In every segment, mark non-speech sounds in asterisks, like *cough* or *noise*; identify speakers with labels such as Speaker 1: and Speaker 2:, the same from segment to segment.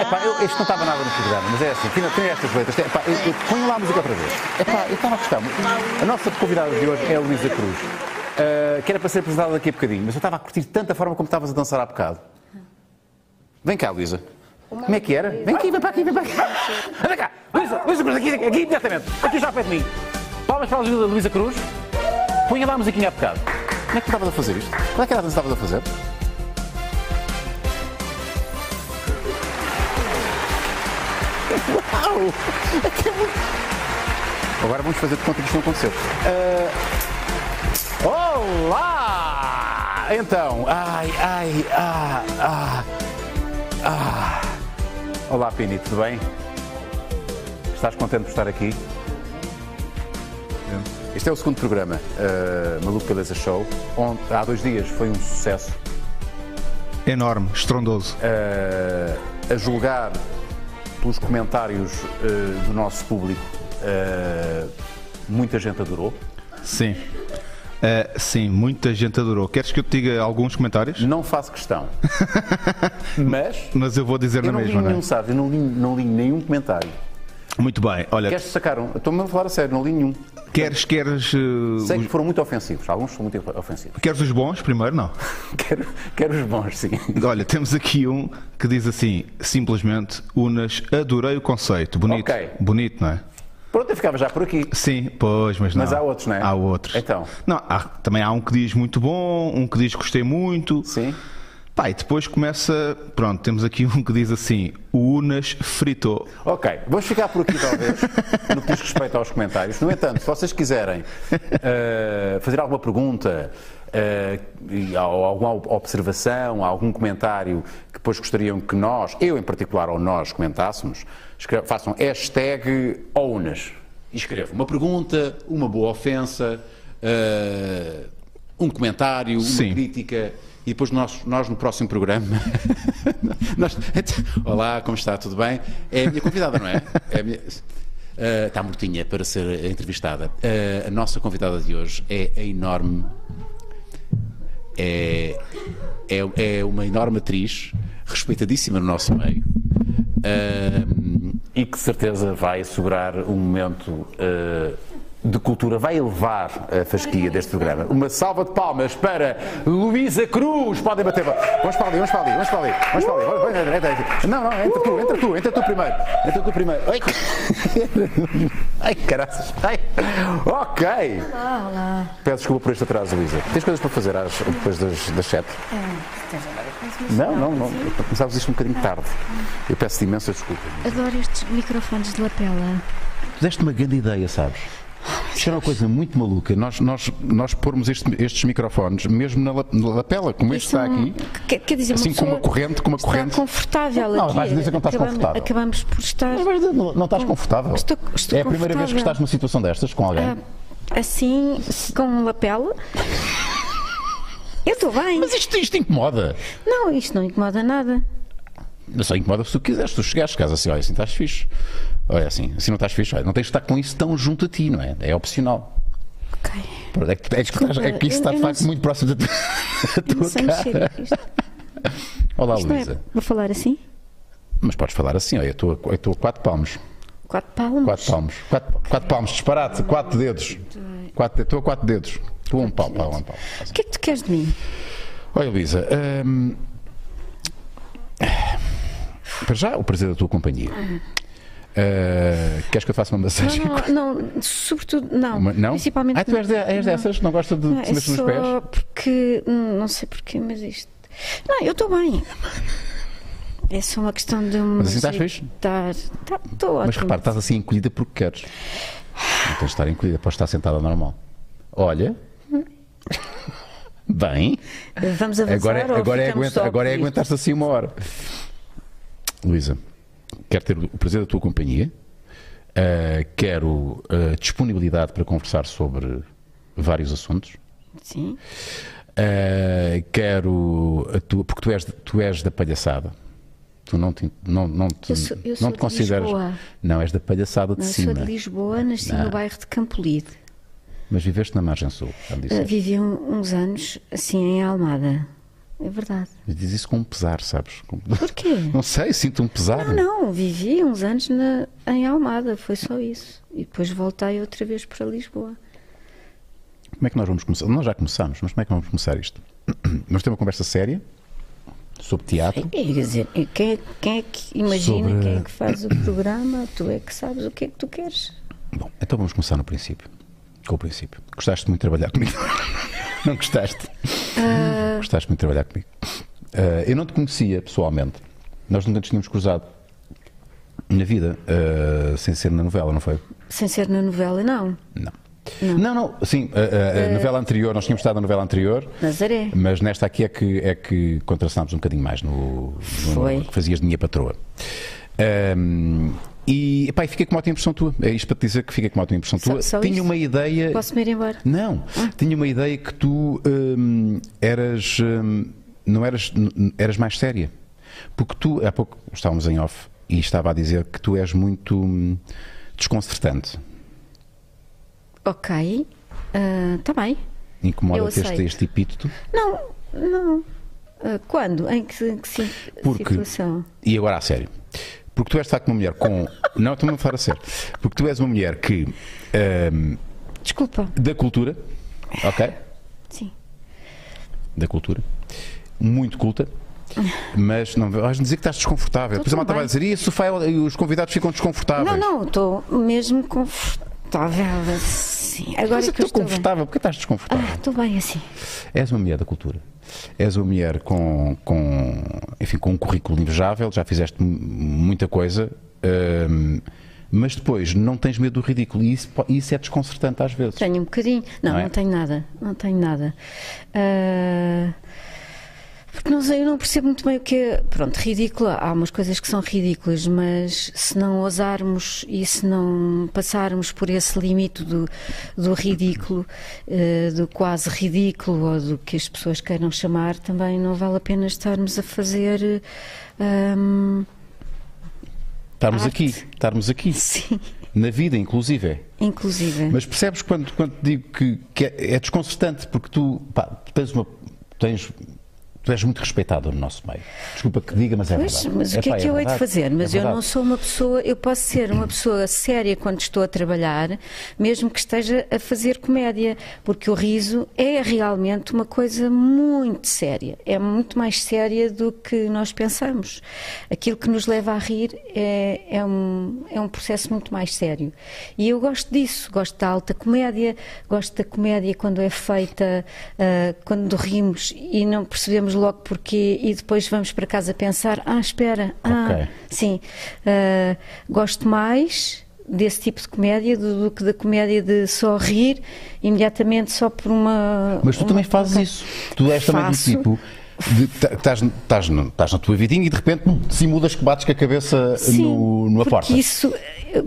Speaker 1: Epá, eu, este não estava nada no programa, mas é assim, tinha, tinha estas letras. Epá, eu, eu, ponho lá a música outra vez. Epá, eu estava a gostar. muito. A nossa convidada de hoje é a Luísa Cruz, ah, que era para ser apresentada daqui a bocadinho, mas eu estava a curtir tanto a forma como estavas a dançar há bocado. Vem cá, Luísa. Como é que era? Vem aqui, vem para aqui, vem para aqui. *laughs* Anda cá, Luísa, Luísa Cruz, aqui, aqui imediatamente, aqui já ao pé de mim. Palmas para a Luísa Luísa Cruz. Ponha lá a musiquinha há bocado. Como é que tu estavas a fazer isto? Qual é que era a dança que estavas a fazer? Uau! Agora vamos fazer de conta que isto não aconteceu. Ah, Olá! Então, ai, ai, ah, ah, ah. Olá, Pini, tudo bem? Estás contente por estar aqui? Este é o segundo programa, ah, Maluco Beleza Show. Ont- há dois dias foi um sucesso.
Speaker 2: Enorme, estrondoso.
Speaker 1: É. a julgar pelos comentários eh, do nosso público, eh, muita gente adorou.
Speaker 2: Sim. Ah, sim, muita gente adorou. Queres que eu te diga alguns comentários?
Speaker 1: Não faço
Speaker 2: *laughs*
Speaker 1: questão. Mas
Speaker 2: Mas eu vou dizer
Speaker 1: eu
Speaker 2: na
Speaker 1: não li
Speaker 2: mesma, não
Speaker 1: nenhum,
Speaker 2: é?
Speaker 1: sabes? Eu não li, não li nenhum comentário.
Speaker 2: Muito bem, olha,
Speaker 1: Queres sacar um? Estou-me a falar a sério, não li nenhum.
Speaker 2: queres, queres, ah,
Speaker 1: Sei
Speaker 2: os,
Speaker 1: que foram muito ofensivos, alguns são muito ofensivos. *laughs*
Speaker 2: queres os bons primeiro? Não. *laughs*
Speaker 1: Quero, quero os bons, sim.
Speaker 2: Olha, temos aqui um que diz assim, simplesmente, Unas, adorei o conceito. Bonito,
Speaker 1: Ok.
Speaker 2: bonito, não é?
Speaker 1: Pronto, eu ficava já por aqui.
Speaker 2: Sim, pois, mas não.
Speaker 1: Mas há outros, não é?
Speaker 2: Há outros.
Speaker 1: Então.
Speaker 2: Não, há- também há um que diz muito bom, um que diz gostei muito.
Speaker 1: Sim.
Speaker 2: Pá, e depois começa, pronto, temos aqui *laughs* um que diz assim, o Unas fritou.
Speaker 1: Ok, vamos ficar por aqui talvez, no que diz respeito aos comentários. No entanto, se vocês quiserem eh, fazer alguma pergunta, eh, e- ou alguma observação, algum comentário que depois gostariam que nós, eu em particular, ou nós comentássemos, escre- façam hashtag ONAS. E escrevam uma pergunta, uma boa ofensa, eh, um comentário, uma
Speaker 2: Sim.
Speaker 1: crítica política e depois nós, nós no próximo programa. *laughs* nós- então, Olá, como está? Tudo bem? É a minha convidada, não é? É a minha- Ah, está mortinha para ser entrevistada. Ah, a nossa convidada de hoje é a enorme. É, é, é uma enorme atriz, respeitadíssima no nosso meio. e que de certeza vai assegurar um momento ah, de cultura, vai elevar a fasquia deste programa. Uma salva de palmas para Luísa Cruz. Podem bater. Vamos para ali, vamos para ali, vamos para ali, vamos para ali. Vamos, vamos, entra, entra, entra. Não, não, entra tu, entra tu, entra tu primeiro. Entra tu primeiro. Ai, *laughs* ai caraças. Ai. Ok.
Speaker 3: Olá, olá.
Speaker 1: Peço desculpa por este atraso, Luísa. Tens coisas para fazer às- depois das, das sete?
Speaker 3: É,
Speaker 1: Não, não, não. Começámos isto um bocadinho tarde. Eu peço imensa desculpa.
Speaker 3: Adoro estes microfones de lapela.
Speaker 1: Tu deste uma grande ideia, sabes? Isto era uma coisa muito maluca. Nós, nós, nós pormos este- estes microfones, mesmo na, la- na lapela, como este
Speaker 3: Isso
Speaker 1: está
Speaker 3: não-
Speaker 1: aqui,
Speaker 3: é um Quer, quer dizer,
Speaker 1: assim com
Speaker 3: pessoa
Speaker 1: uma corrente, com uma
Speaker 3: está
Speaker 1: corrente.
Speaker 3: confortável
Speaker 1: Não,
Speaker 3: aqui.
Speaker 1: vais dizer que não estás
Speaker 3: acabamos,
Speaker 1: confortável.
Speaker 3: Acabamos por estar
Speaker 1: Mas não, não estás confortável.
Speaker 3: Estou- estou
Speaker 1: é a primeira vez que
Speaker 3: confortável.
Speaker 1: estás numa situação destas com alguém.
Speaker 3: ah, assim, com um lapela. Eu estou bem.
Speaker 1: Mas isto, isto incomoda.
Speaker 3: Não, isto não incomoda nada.
Speaker 1: Não só incomoda se tu quiseres. Se tu chegares de casa assim, olha, assim estás fixe. Olha, assim, assim não estás fixe. Olha, não tens de estar com isso tão junto a ti, não é? É opcional.
Speaker 3: Ok.
Speaker 1: Pronto, É que, é que estás- é que isso
Speaker 3: Eu-
Speaker 1: está de
Speaker 3: eu não
Speaker 1: facto
Speaker 3: sei-
Speaker 1: muito próximo da tua, *laughs* da
Speaker 3: Não
Speaker 1: tua
Speaker 3: sei
Speaker 1: cara.
Speaker 3: mexer. Isto,
Speaker 1: Olá,
Speaker 3: isto não é.
Speaker 1: Luísa.
Speaker 3: Vou falar assim?
Speaker 1: Mas podes falar assim, olha, eu estou a- eu estou a quatro palmos.
Speaker 3: Quatro palmas.
Speaker 1: Quatro palmos. Quatro, quatro palmos, disparate, quatro dedos. Quatro, estou a quatro dedos. Tu um palmo, palmo, um palmo.
Speaker 3: O que é que tu queres de mim?
Speaker 1: Olha, Luísa, hum, para já o prazer da tua companhia. Ah, queres que eu te faça uma massagem?
Speaker 3: Não, não, não, sobretudo, não.
Speaker 1: Uma- não?
Speaker 3: Principalmente.
Speaker 1: Ah, tu és, de- és dessas? Não gosta de
Speaker 3: Não,
Speaker 1: te
Speaker 3: é
Speaker 1: mexer nos
Speaker 3: só
Speaker 1: pés?
Speaker 3: porque. hum, Não sei porquê, mas isto. Não, eu estou bem. É só uma questão de me.
Speaker 1: Mas assim estás fixe?
Speaker 3: Estou ótimo.
Speaker 1: Mas repara, estás assim encolhida porque queres. Não tens de estar encolhida, podes estar sentada normal. Olha.
Speaker 3: Hum.
Speaker 1: Bem.
Speaker 3: Vamos avançar.
Speaker 1: Agora, é-
Speaker 3: ou
Speaker 1: agora, é,
Speaker 3: ficamos
Speaker 1: aguenta-
Speaker 3: só a
Speaker 1: agora é
Speaker 3: pedir?
Speaker 1: aguentar-se assim uma hora. Luísa, quero ter o prazer da tua companhia, eh, quero eh, disponibilidade para conversar sobre vários assuntos,
Speaker 3: Sim.
Speaker 1: eh, quero a tua, porque tu és, tu és da palhaçada. Tu não te, não, não te,
Speaker 3: Eu sou- eu
Speaker 1: não
Speaker 3: sou
Speaker 1: te
Speaker 3: de
Speaker 1: consideras.
Speaker 3: Lisboa.
Speaker 1: Não, és da palhaçada de
Speaker 3: Não, eu sou
Speaker 1: cima.
Speaker 3: de Lisboa, nasci
Speaker 1: é? Não.
Speaker 3: no bairro de Campolide.
Speaker 1: Mas viveste na margem sul, já me
Speaker 3: Uh,
Speaker 1: disseste.
Speaker 3: vivi um- uns anos assim em Almada. É verdade.
Speaker 1: Mas diz isso com um pesar, sabes? Com- *laughs*
Speaker 3: Porquê?
Speaker 1: Não sei, sinto um pesar.
Speaker 3: Não, não, vivi uns anos na- em Almada, foi só isso. E depois voltei outra vez para Lisboa.
Speaker 1: Como é que nós vamos começar? Nós já começamos, mas como é que vamos começar isto? *clears throat* Vamos ter uma conversa séria sobre teatro.
Speaker 3: É, quer dizer, é, quem é, quem é que imagina,
Speaker 1: Sobre-
Speaker 3: quem é que faz o programa, tu é que sabes o que é que tu queres.
Speaker 1: Bom, então vamos começar no princípio. Com o princípio. Gostaste muito de trabalhar comigo? *laughs* não gostaste? Gostaste muito de trabalhar comigo. Ah, eu não te conhecia pessoalmente. Nós nunca nos tínhamos cruzado na vida, ah, sem ser na novela, não foi?
Speaker 3: Sem ser na novela, não.
Speaker 1: Não. Não, não, sim, a- a, a novela anterior, nós tínhamos estado na novela anterior,
Speaker 3: Nazaré.
Speaker 1: mas nesta aqui é que, é que contrastámos um bocadinho mais no, no-
Speaker 3: Foi.
Speaker 1: que fazias de minha patroa. Ahm, e epá, e fica com uma ótima impressão tua. É isto para te dizer que fica com uma ótima impressão
Speaker 3: Só-
Speaker 1: tua.
Speaker 3: só
Speaker 1: Tinha
Speaker 3: isto? Ah.
Speaker 1: uma ideia.
Speaker 3: Posso-me ir embora?
Speaker 1: Não, tinha uma ideia que tu hum, eras. hum, não eras. n- eras mais séria. Porque tu, há pouco estávamos em off e estava a dizer que tu és muito hum, desconcertante.
Speaker 3: Ok, está bem. Eu
Speaker 1: Incomoda-te este,
Speaker 3: aceito.
Speaker 1: este epíteto.
Speaker 3: Não, não. Ah, quando? Em que, em que si-
Speaker 1: Porque-
Speaker 3: situação?
Speaker 1: E agora a sério. Porque tu és de facto uma mulher
Speaker 3: *laughs*
Speaker 1: com. não, estou-me a falar a sério. Porque tu és uma mulher que. hum,
Speaker 3: Desculpa,
Speaker 1: da cultura. Ok?
Speaker 3: sim.
Speaker 1: da cultura, muito culta. Mas não vais dizer que estás desconfortável.
Speaker 3: Estou
Speaker 1: Depois a malta
Speaker 3: tão
Speaker 1: vai
Speaker 3: bem.
Speaker 1: dizer, e esse sofá é- e os convidados ficam desconfortáveis.
Speaker 3: Não, não, estou mesmo confortável assim. Agora
Speaker 1: Mas
Speaker 3: é
Speaker 1: eu
Speaker 3: que
Speaker 1: estou
Speaker 3: eu estou bem.
Speaker 1: confortável, porque estás desconfortável?
Speaker 3: Ah, estou bem assim.
Speaker 1: És uma mulher da cultura. És uma mulher com, com, enfim, com um currículo invejável, já fizeste mu- muita coisa, hum, mas depois não tens medo do ridículo. E isso, po- isso é desconcertante às vezes.
Speaker 3: Tenho um bocadinho. Não,
Speaker 1: Não
Speaker 3: não,
Speaker 1: é?
Speaker 3: tenho nada. Não tenho nada. Ah, porque não sei, eu não percebo muito bem o que é. Pronto, ridícula. Há umas coisas que são ridículas, mas se não ousarmos e se não passarmos por esse limite do, do ridículo, eh, do quase ridículo ou do que as pessoas queiram chamar, também não vale a pena estarmos a fazer. eh, hum,
Speaker 1: Estarmos
Speaker 3: Arte.
Speaker 1: aqui, estarmos aqui.
Speaker 3: *laughs* sim,
Speaker 1: Na vida, inclusive. é.
Speaker 3: inclusive.
Speaker 1: Mas percebes quando, quando te digo que, que é, é desconcertante porque tu pá, tu tens uma. tu Tens, tu és muito respeitado no nosso meio. Desculpa que diga, mas é
Speaker 3: Pois,
Speaker 1: verdade.
Speaker 3: mas o que
Speaker 1: pá,
Speaker 3: é que eu hei de
Speaker 1: verdade.
Speaker 3: fazer? Mas
Speaker 1: É
Speaker 3: eu não
Speaker 1: verdade.
Speaker 3: sou uma pessoa, eu posso ser uma pessoa séria quando estou a trabalhar, mesmo que esteja a fazer comédia, porque o riso é realmente uma coisa muito séria, é muito mais séria do que nós pensamos. Aquilo que nos leva a rir é, é um, é um processo muito mais sério. E eu gosto disso, gosto da alta comédia, gosto da comédia quando é feita, ah, quando rimos e não percebemos logo porquê e depois vamos para casa pensar, ah, espera, ah,
Speaker 1: Ok.
Speaker 3: sim. Ah, gosto mais desse tipo de comédia do, do que da comédia de só rir imediatamente só por uma.
Speaker 1: Mas tu
Speaker 3: uma
Speaker 1: também fazes
Speaker 3: boca.
Speaker 1: isso. Tu és também do
Speaker 3: Faço.
Speaker 1: tipo. de- tá- Estás estás na estás na tua vidinha e de repente hum, simulas que bates com a cabeça no, numa
Speaker 3: porque
Speaker 1: porta.
Speaker 3: Isso,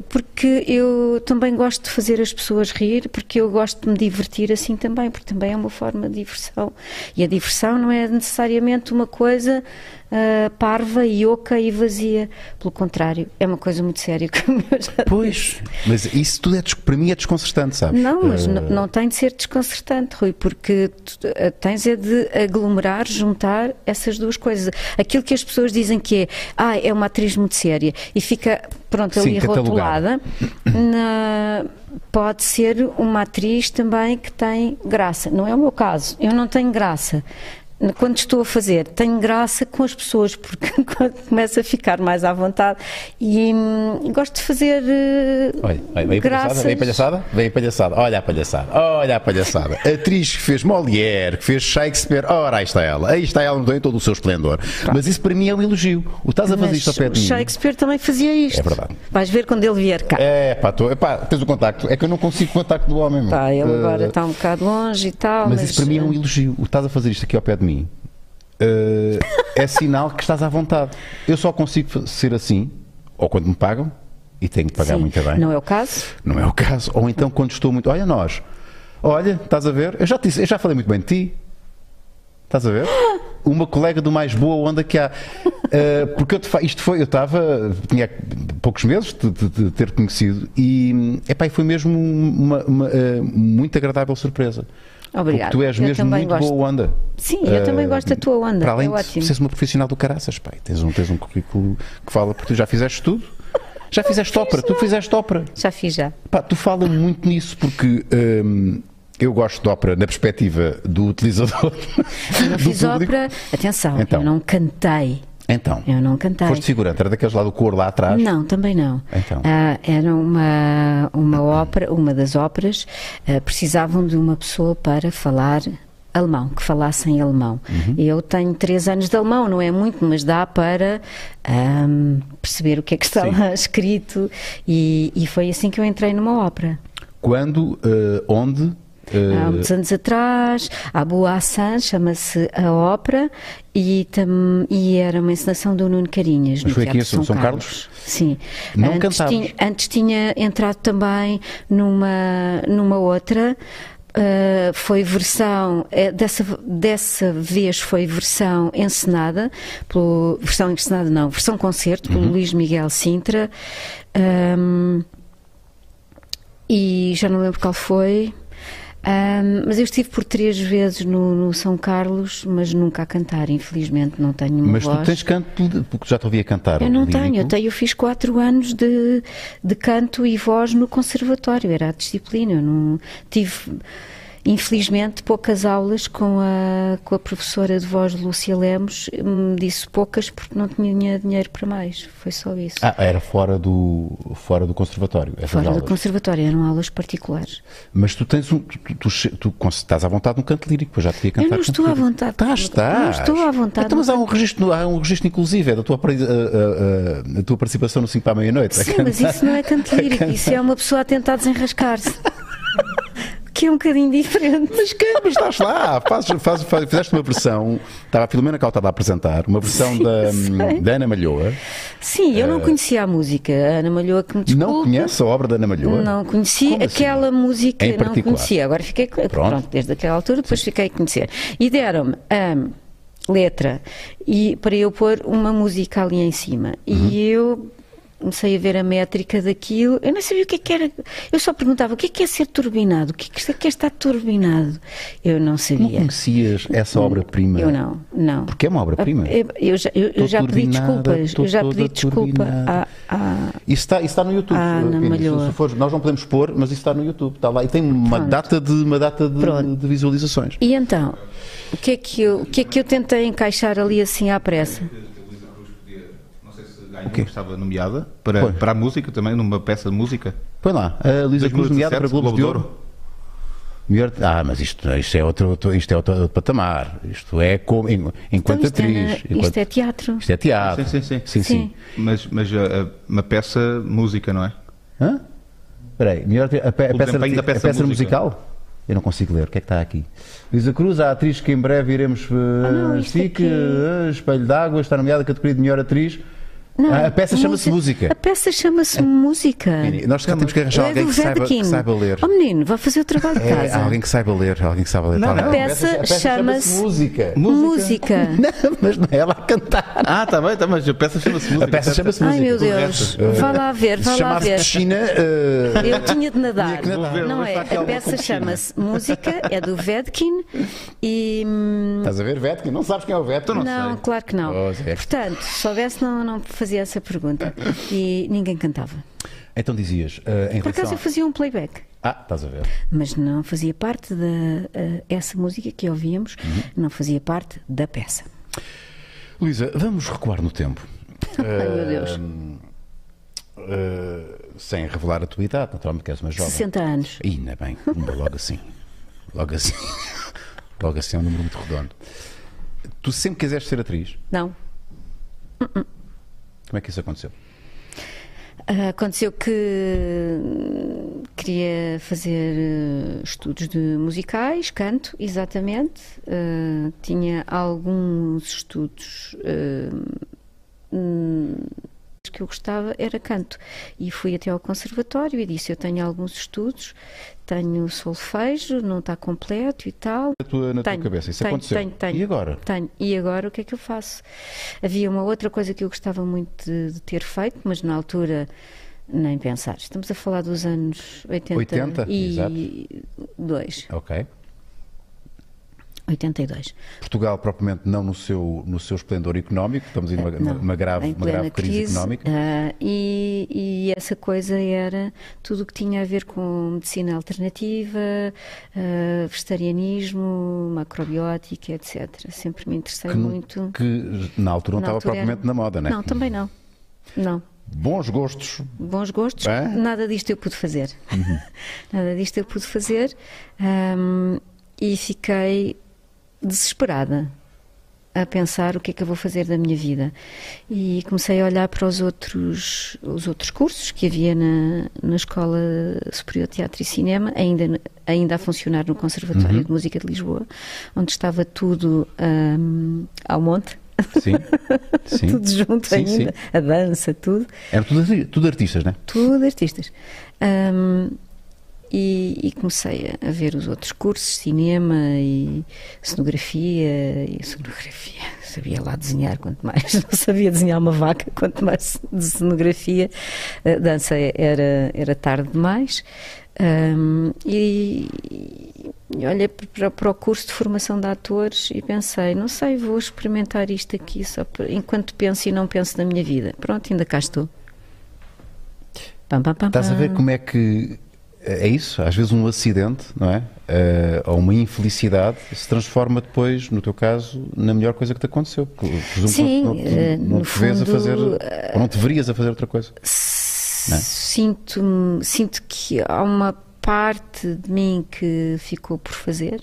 Speaker 3: porque eu também gosto de fazer as pessoas rir, porque eu gosto de me divertir assim também, porque também é uma forma de diversão. E a diversão não é necessariamente uma coisa ah, parva e oca e vazia. Pelo contrário, é uma coisa muito séria, *laughs* como eu já
Speaker 1: Pois, mas isso tudo é, des- para mim é desconcertante, sabes?
Speaker 3: Não, mas
Speaker 1: Eh,
Speaker 3: n- não, tem de ser desconcertante, Rui, porque tu, eh, tens é de aglomerar, juntar essas duas coisas. Aquilo que as pessoas dizem que é, ah, é uma atriz muito séria e fica, pronto, ali
Speaker 1: Sim, catalogada.
Speaker 3: rotulada, na- pode ser uma atriz também que tem graça. Não é o meu caso, eu não tenho graça. Quando estou a fazer, tenho graça com as pessoas, porque *laughs* quando começo a ficar mais à vontade e hum, gosto de fazer. eh,
Speaker 1: Olha, olha, veio a palhaçada,
Speaker 3: graças.
Speaker 1: veio a palhaçada, veio a palhaçada, olha a palhaçada, olha a palhaçada. Atriz que fez Molière, que fez Shakespeare, ora aí está ela, aí está ela, não em todo o seu esplendor. Mas isso para mim é um elogio. O estás a fazer
Speaker 3: Mas
Speaker 1: isto ao pé de
Speaker 3: o
Speaker 1: mim.
Speaker 3: Shakespeare também fazia isto.
Speaker 1: É verdade.
Speaker 3: Vais ver quando ele vier cá.
Speaker 1: É, pá, tô, epá, tens o contacto. É que eu não consigo o contacto do homem. meu.
Speaker 3: Pá, ele
Speaker 1: Eh,
Speaker 3: agora está um bocado longe e tal. eh,
Speaker 1: Mas isso para mim é um elogio. O estás a fazer isto aqui ao pé de mim eh, é sinal que estás à vontade. Eu só consigo fa- ser assim, ou quando me pagam, e tenho que pagar
Speaker 3: Sim,
Speaker 1: muito bem.
Speaker 3: Não é o caso?
Speaker 1: Não é o caso. Ou então quando estou muito. Olha nós. Olha, estás a ver? Eu já, te disse, eu já falei muito bem de ti. Estás a ver? Uma colega do mais boa onda que há. Ah, porque eu te fa... isto foi, eu estava, tinha poucos meses de, de- de ter conhecido e, epá, e foi mesmo uma, uma, ah, muito agradável eh, surpresa.
Speaker 3: Obrigada.
Speaker 1: Porque tu és
Speaker 3: Eu
Speaker 1: mesmo
Speaker 3: também
Speaker 1: muito
Speaker 3: gosto.
Speaker 1: boa onda.
Speaker 3: Sim, eu também gosto da tua onda.
Speaker 1: Eh, Para além
Speaker 3: é ótimo.
Speaker 1: de seres uma profissional do caraças, pai. Tens um, tens um currículo que fala, porque tu já fizeste tudo. Já fizeste ópera, tu fizeste ópera.
Speaker 3: Já fiz já.
Speaker 1: Pá, tu fala muito nisso porque hum, eu gosto de ópera na perspectiva do utilizador. *laughs*
Speaker 3: Eu não
Speaker 1: do
Speaker 3: fiz
Speaker 1: público.
Speaker 3: ópera. Atenção,
Speaker 1: Então.
Speaker 3: eu não cantei.
Speaker 1: Então,
Speaker 3: Eu não cantei.
Speaker 1: foste figurante, era daqueles lá do cor lá atrás.
Speaker 3: Não, também não.
Speaker 1: Então.
Speaker 3: Ah, era uma, uma ópera, uma das óperas, ah, precisavam de uma pessoa para falar alemão, que falasse em alemão.
Speaker 1: Uhum.
Speaker 3: E Eu tenho três anos de alemão, não é muito, mas dá para ahm, perceber o que é que está
Speaker 1: Sim.
Speaker 3: lá escrito. E, e foi assim que eu entrei numa ópera.
Speaker 1: Quando, eh, onde, eh,
Speaker 3: Há uns anos atrás, a Boa Assan chama-se a ópera e, tam- e era uma encenação do Nuno Carinhas.
Speaker 1: Mas
Speaker 3: no
Speaker 1: foi aqui
Speaker 3: Teatro
Speaker 1: em São- São Carlos?
Speaker 3: Sim.
Speaker 1: Não
Speaker 3: antes,
Speaker 1: cantavas?
Speaker 3: tinha, antes tinha entrado também numa, numa outra. ah, foi versão, eh, dessa, dessa vez foi versão encenada, pelo, versão encenada não, versão concerto,
Speaker 1: Uhum.
Speaker 3: pelo Luís Miguel Sintra. ehm, Ahm, e já não lembro qual foi. Ahm, mas eu estive por três vezes no, no São Carlos, mas nunca a cantar, infelizmente, não tenho uma
Speaker 1: mas
Speaker 3: voz.
Speaker 1: tu tens canto, de- porque já te ouvia cantar.
Speaker 3: Eu não
Speaker 1: lírico.
Speaker 3: tenho, eu, tenho, eu fiz quatro anos de, de canto e voz no conservatório, era a disciplina, eu não tive, infelizmente, poucas aulas com a, com a professora de voz Lúcia Lemos, me disse poucas porque não tinha dinheiro para mais, foi só isso.
Speaker 1: Ah, era fora do, fora do conservatório. essas
Speaker 3: Fora do
Speaker 1: aulas.
Speaker 3: conservatório, eram aulas particulares.
Speaker 1: Mas tu tens um. Tu, tu, tu che- tu con- estás à vontade num canto lírico, pois já te ia cantar.
Speaker 3: não
Speaker 1: canto
Speaker 3: estou à
Speaker 1: lírico.
Speaker 3: vontade.
Speaker 1: Estás, estás.
Speaker 3: Não estou à vontade
Speaker 1: Então, mas há um registro, há um registro inclusivo, é da tua, apare- a- a- a- a tua participação no 5 para a meia-noite. a
Speaker 3: Sim, mas
Speaker 1: cantar.
Speaker 3: isso não é canto lírico, isso é uma pessoa a tentar desenrascar-se.
Speaker 1: *laughs*
Speaker 3: O Que é um bocadinho diferente. Mas
Speaker 1: Mas estás lá, fazes- fazes- faz- fizeste uma versão, estava a Filomena Cautada a apresentar, uma versão
Speaker 3: *laughs* Sim,
Speaker 1: da,
Speaker 3: sei.
Speaker 1: da Ana Malhoa.
Speaker 3: Sim, eu não conhecia a música. A Ana Malhoa que me desculpe.
Speaker 1: É. Não conhece a obra da Ana Malhoa?
Speaker 3: Não conheci
Speaker 1: Como assim?
Speaker 3: aquela música,
Speaker 1: Em
Speaker 3: não
Speaker 1: particular.
Speaker 3: conhecia. Agora fiquei pronto,
Speaker 1: Pronto,
Speaker 3: desde aquela altura, depois fiquei a conhecer. E deram-me a letra e para eu pôr uma música ali em cima.
Speaker 1: Uhum.
Speaker 3: E eu comecei a ver a métrica daquilo. Eu não sabia o que é que era. Eu só perguntava o que é que é ser turbinado? O que é que é que é estar turbinado? Eu não
Speaker 1: Não
Speaker 3: sabia.
Speaker 1: conhecias essa obra-prima?
Speaker 3: Hum, Eu não, não.
Speaker 1: assim, Porque é uma obra-prima.
Speaker 3: Eu, eu já, eu- eu
Speaker 1: Tô
Speaker 3: já pedi
Speaker 1: turbinada,
Speaker 3: desculpas.
Speaker 1: tô
Speaker 3: Eu já
Speaker 1: toda
Speaker 3: pedi desculpa
Speaker 1: turbinada.
Speaker 3: à- à,
Speaker 1: Isso está, isso está no YouTube.
Speaker 3: Ah, Ana
Speaker 1: Pina, se-
Speaker 3: Malhoa.
Speaker 1: se fores- nós não podemos pôr, mas isso está no YouTube. Está lá. E tem uma
Speaker 3: Pronto.
Speaker 1: data, de, uma data de,
Speaker 3: Pronto.
Speaker 1: de visualizações.
Speaker 3: E então, o que é que eu, o que é que eu tentei encaixar ali assim à pressa?
Speaker 2: Não sei se ganhou, mas estava nomeada para,
Speaker 1: Foi.
Speaker 2: para a música também, numa peça de música.
Speaker 1: Põe lá. A Luísa Cruz nomeada para Globos
Speaker 2: 2017,
Speaker 1: de
Speaker 2: Globo de
Speaker 1: Ouro. Melhor- Ah, mas isto, isto é outro, outro- isto é outro, outro patamar. Isto é como, en- enquanto
Speaker 3: Então, isto, é
Speaker 1: atriz.
Speaker 3: na-
Speaker 1: enquanto-
Speaker 3: isto é teatro.
Speaker 1: isto é teatro.
Speaker 2: Sim, sim, sim.
Speaker 1: Sim, sim.
Speaker 3: Sim.
Speaker 2: Mas, mas a- a- uma peça música, não é?
Speaker 1: Hã? Espera aí, melhor a, pe- a
Speaker 2: O
Speaker 1: peça,
Speaker 2: desempenho
Speaker 1: da
Speaker 2: da peça
Speaker 1: a peça
Speaker 2: musical.
Speaker 1: musical? Eu não consigo ler, o que é que está aqui? Luísa Cruz, a atriz que em breve iremos. Uh,
Speaker 3: Ah, não, isto é
Speaker 1: SIC,
Speaker 3: aqui.
Speaker 1: eh, Espelho d'Água, está nomeada a categoria de melhor atriz. Ah, a peça chama-se
Speaker 3: A
Speaker 1: música.
Speaker 3: peça chama-se música.
Speaker 1: Nós cá temos que arranjar
Speaker 3: é
Speaker 1: alguém
Speaker 3: do
Speaker 1: que saiba, que
Speaker 3: Verdequim.
Speaker 1: saiba ler.
Speaker 3: Oh menino, vá fazer o trabalho de
Speaker 1: É,
Speaker 3: casa.
Speaker 1: alguém que saiba ler, alguém que saiba ler.
Speaker 2: Não,
Speaker 1: Tá
Speaker 2: não.
Speaker 1: bem.
Speaker 2: A
Speaker 3: peça chama-se-
Speaker 1: música.
Speaker 3: Música.
Speaker 1: *laughs* Não, mas não é ela a cantar.
Speaker 2: Ah, está bem, tá, mas a peça chama-se música.
Speaker 1: A peça
Speaker 2: certo?
Speaker 1: chama-se
Speaker 3: Ai
Speaker 1: música.
Speaker 3: meu Deus,
Speaker 1: É.
Speaker 3: vá lá ver,
Speaker 1: Se
Speaker 3: vá lá
Speaker 1: chamasse
Speaker 3: ver.
Speaker 1: piscina. eh,
Speaker 3: Eu tinha de nadar.
Speaker 2: Vou ver, vou
Speaker 3: Não
Speaker 2: ver
Speaker 3: é?
Speaker 2: se há aqui
Speaker 3: A
Speaker 2: alguma
Speaker 3: peça
Speaker 2: com piscina.
Speaker 3: chama-se Música, é do Vedkin e. hum,
Speaker 1: Estás a ver, Vetkin? Não sabes quem é o Vetkin?
Speaker 2: não
Speaker 3: Não,
Speaker 2: sei.
Speaker 3: claro que não.
Speaker 1: Pois é.
Speaker 3: Portanto, se soubesse, não, não fazia essa pergunta. E ninguém cantava.
Speaker 1: Então dizias, eh, em
Speaker 3: Por
Speaker 1: relação.
Speaker 3: acaso eu fazia um playback,
Speaker 1: a- Ah, estás a ver.
Speaker 3: mas não fazia parte da. eh, essa música que ouvíamos não fazia parte da peça.
Speaker 1: Luísa, vamos recuar no tempo.
Speaker 3: Ai meu Deus.
Speaker 1: Eh, sem revelar a tua idade, naturalmente que és uma jovem.
Speaker 3: 60 anos.
Speaker 1: E ainda bem, uma logo assim. Logo assim. Logo assim é um número muito redondo. Tu sempre quiseste ser atriz.
Speaker 3: Não.
Speaker 1: Como é que isso aconteceu?
Speaker 3: Ah, Aconteceu que hum, queria fazer eh, estudos de musicais, canto, exatamente. Ah, tinha alguns estudos eh, hum, que eu gostava, era canto. E fui até ao conservatório e disse: Eu tenho alguns estudos, tenho solfejo, não está completo e tal.
Speaker 1: Na tua, na
Speaker 3: Tenho,
Speaker 1: tua cabeça, isso
Speaker 3: tenho,
Speaker 1: aconteceu.
Speaker 3: tenho, tenho.
Speaker 1: E agora?
Speaker 3: Tenho. E agora o que é que eu faço? Havia uma outra coisa que eu gostava muito de, de ter feito, mas na altura nem pensar. Estamos a falar dos anos 80,
Speaker 1: 80,
Speaker 3: e 2.
Speaker 1: Ok.
Speaker 3: 82.
Speaker 1: Portugal, propriamente, não no seu, no seu esplendor económico, estamos em uma, uma-
Speaker 3: Eh, Não,
Speaker 1: uma grave,
Speaker 3: em
Speaker 1: uma grave
Speaker 3: plena
Speaker 1: crise, económica.
Speaker 3: ah, e, e essa coisa era tudo o que tinha a ver com medicina alternativa, ah, vegetarianismo, macrobiótica, etc. Sempre me interessei
Speaker 1: Que, não-
Speaker 3: muito.
Speaker 1: que na altura não
Speaker 3: Na
Speaker 1: estava
Speaker 3: altura era-
Speaker 1: propriamente na moda, né?
Speaker 3: Não, também não. Não.
Speaker 1: Bons gostos.
Speaker 3: Bons gostos,
Speaker 1: É?
Speaker 3: nada disto eu pude fazer.
Speaker 1: Uhum.
Speaker 3: *laughs* nada disto eu pude fazer hum, e fiquei desesperada a pensar o que é que eu vou fazer da minha vida. E comecei a olhar para os outros, os outros cursos que havia na, na Escola Superior de Teatro e Cinema, ainda, ainda a funcionar no
Speaker 1: Uhum.
Speaker 3: Conservatório de Música de Lisboa, onde estava tudo hum, ao monte.
Speaker 1: Sim. Sim.
Speaker 3: *laughs* Tudo junto
Speaker 1: Sim,
Speaker 3: ainda,
Speaker 1: sim.
Speaker 3: a dança, tudo
Speaker 1: Eram É tudo, arti- tudo artistas, né?
Speaker 3: tudo artistas. Hum, Ahm, e, e comecei a ver os outros cursos, cinema e cenografia e cenografia. *laughs* Sabia lá desenhar, quanto mais. *laughs* Não sabia desenhar uma vaca, *laughs* quanto mais de cenografia. A dança era, era tarde demais. Ahm, e, e olhei para, para o curso de formação de atores e pensei, não sei, vou experimentar isto aqui só por- enquanto penso e não penso na minha vida. Pronto, ainda cá estou. Pam, pam, pam,
Speaker 1: Estás a ver
Speaker 3: pam.
Speaker 1: como é que é isso? Às vezes um acidente, não é? Eh, ou uma infelicidade se transforma depois, no teu caso, na melhor coisa que te aconteceu. Porque eu Presumo
Speaker 3: Sim,
Speaker 1: que não,
Speaker 3: eh,
Speaker 1: não, não
Speaker 3: no
Speaker 1: te vês a
Speaker 3: fundo, eh,
Speaker 1: fazer, ou não te verias a fazer outra coisa. Não é?
Speaker 3: Sinto, sinto que há uma parte de mim que ficou por fazer,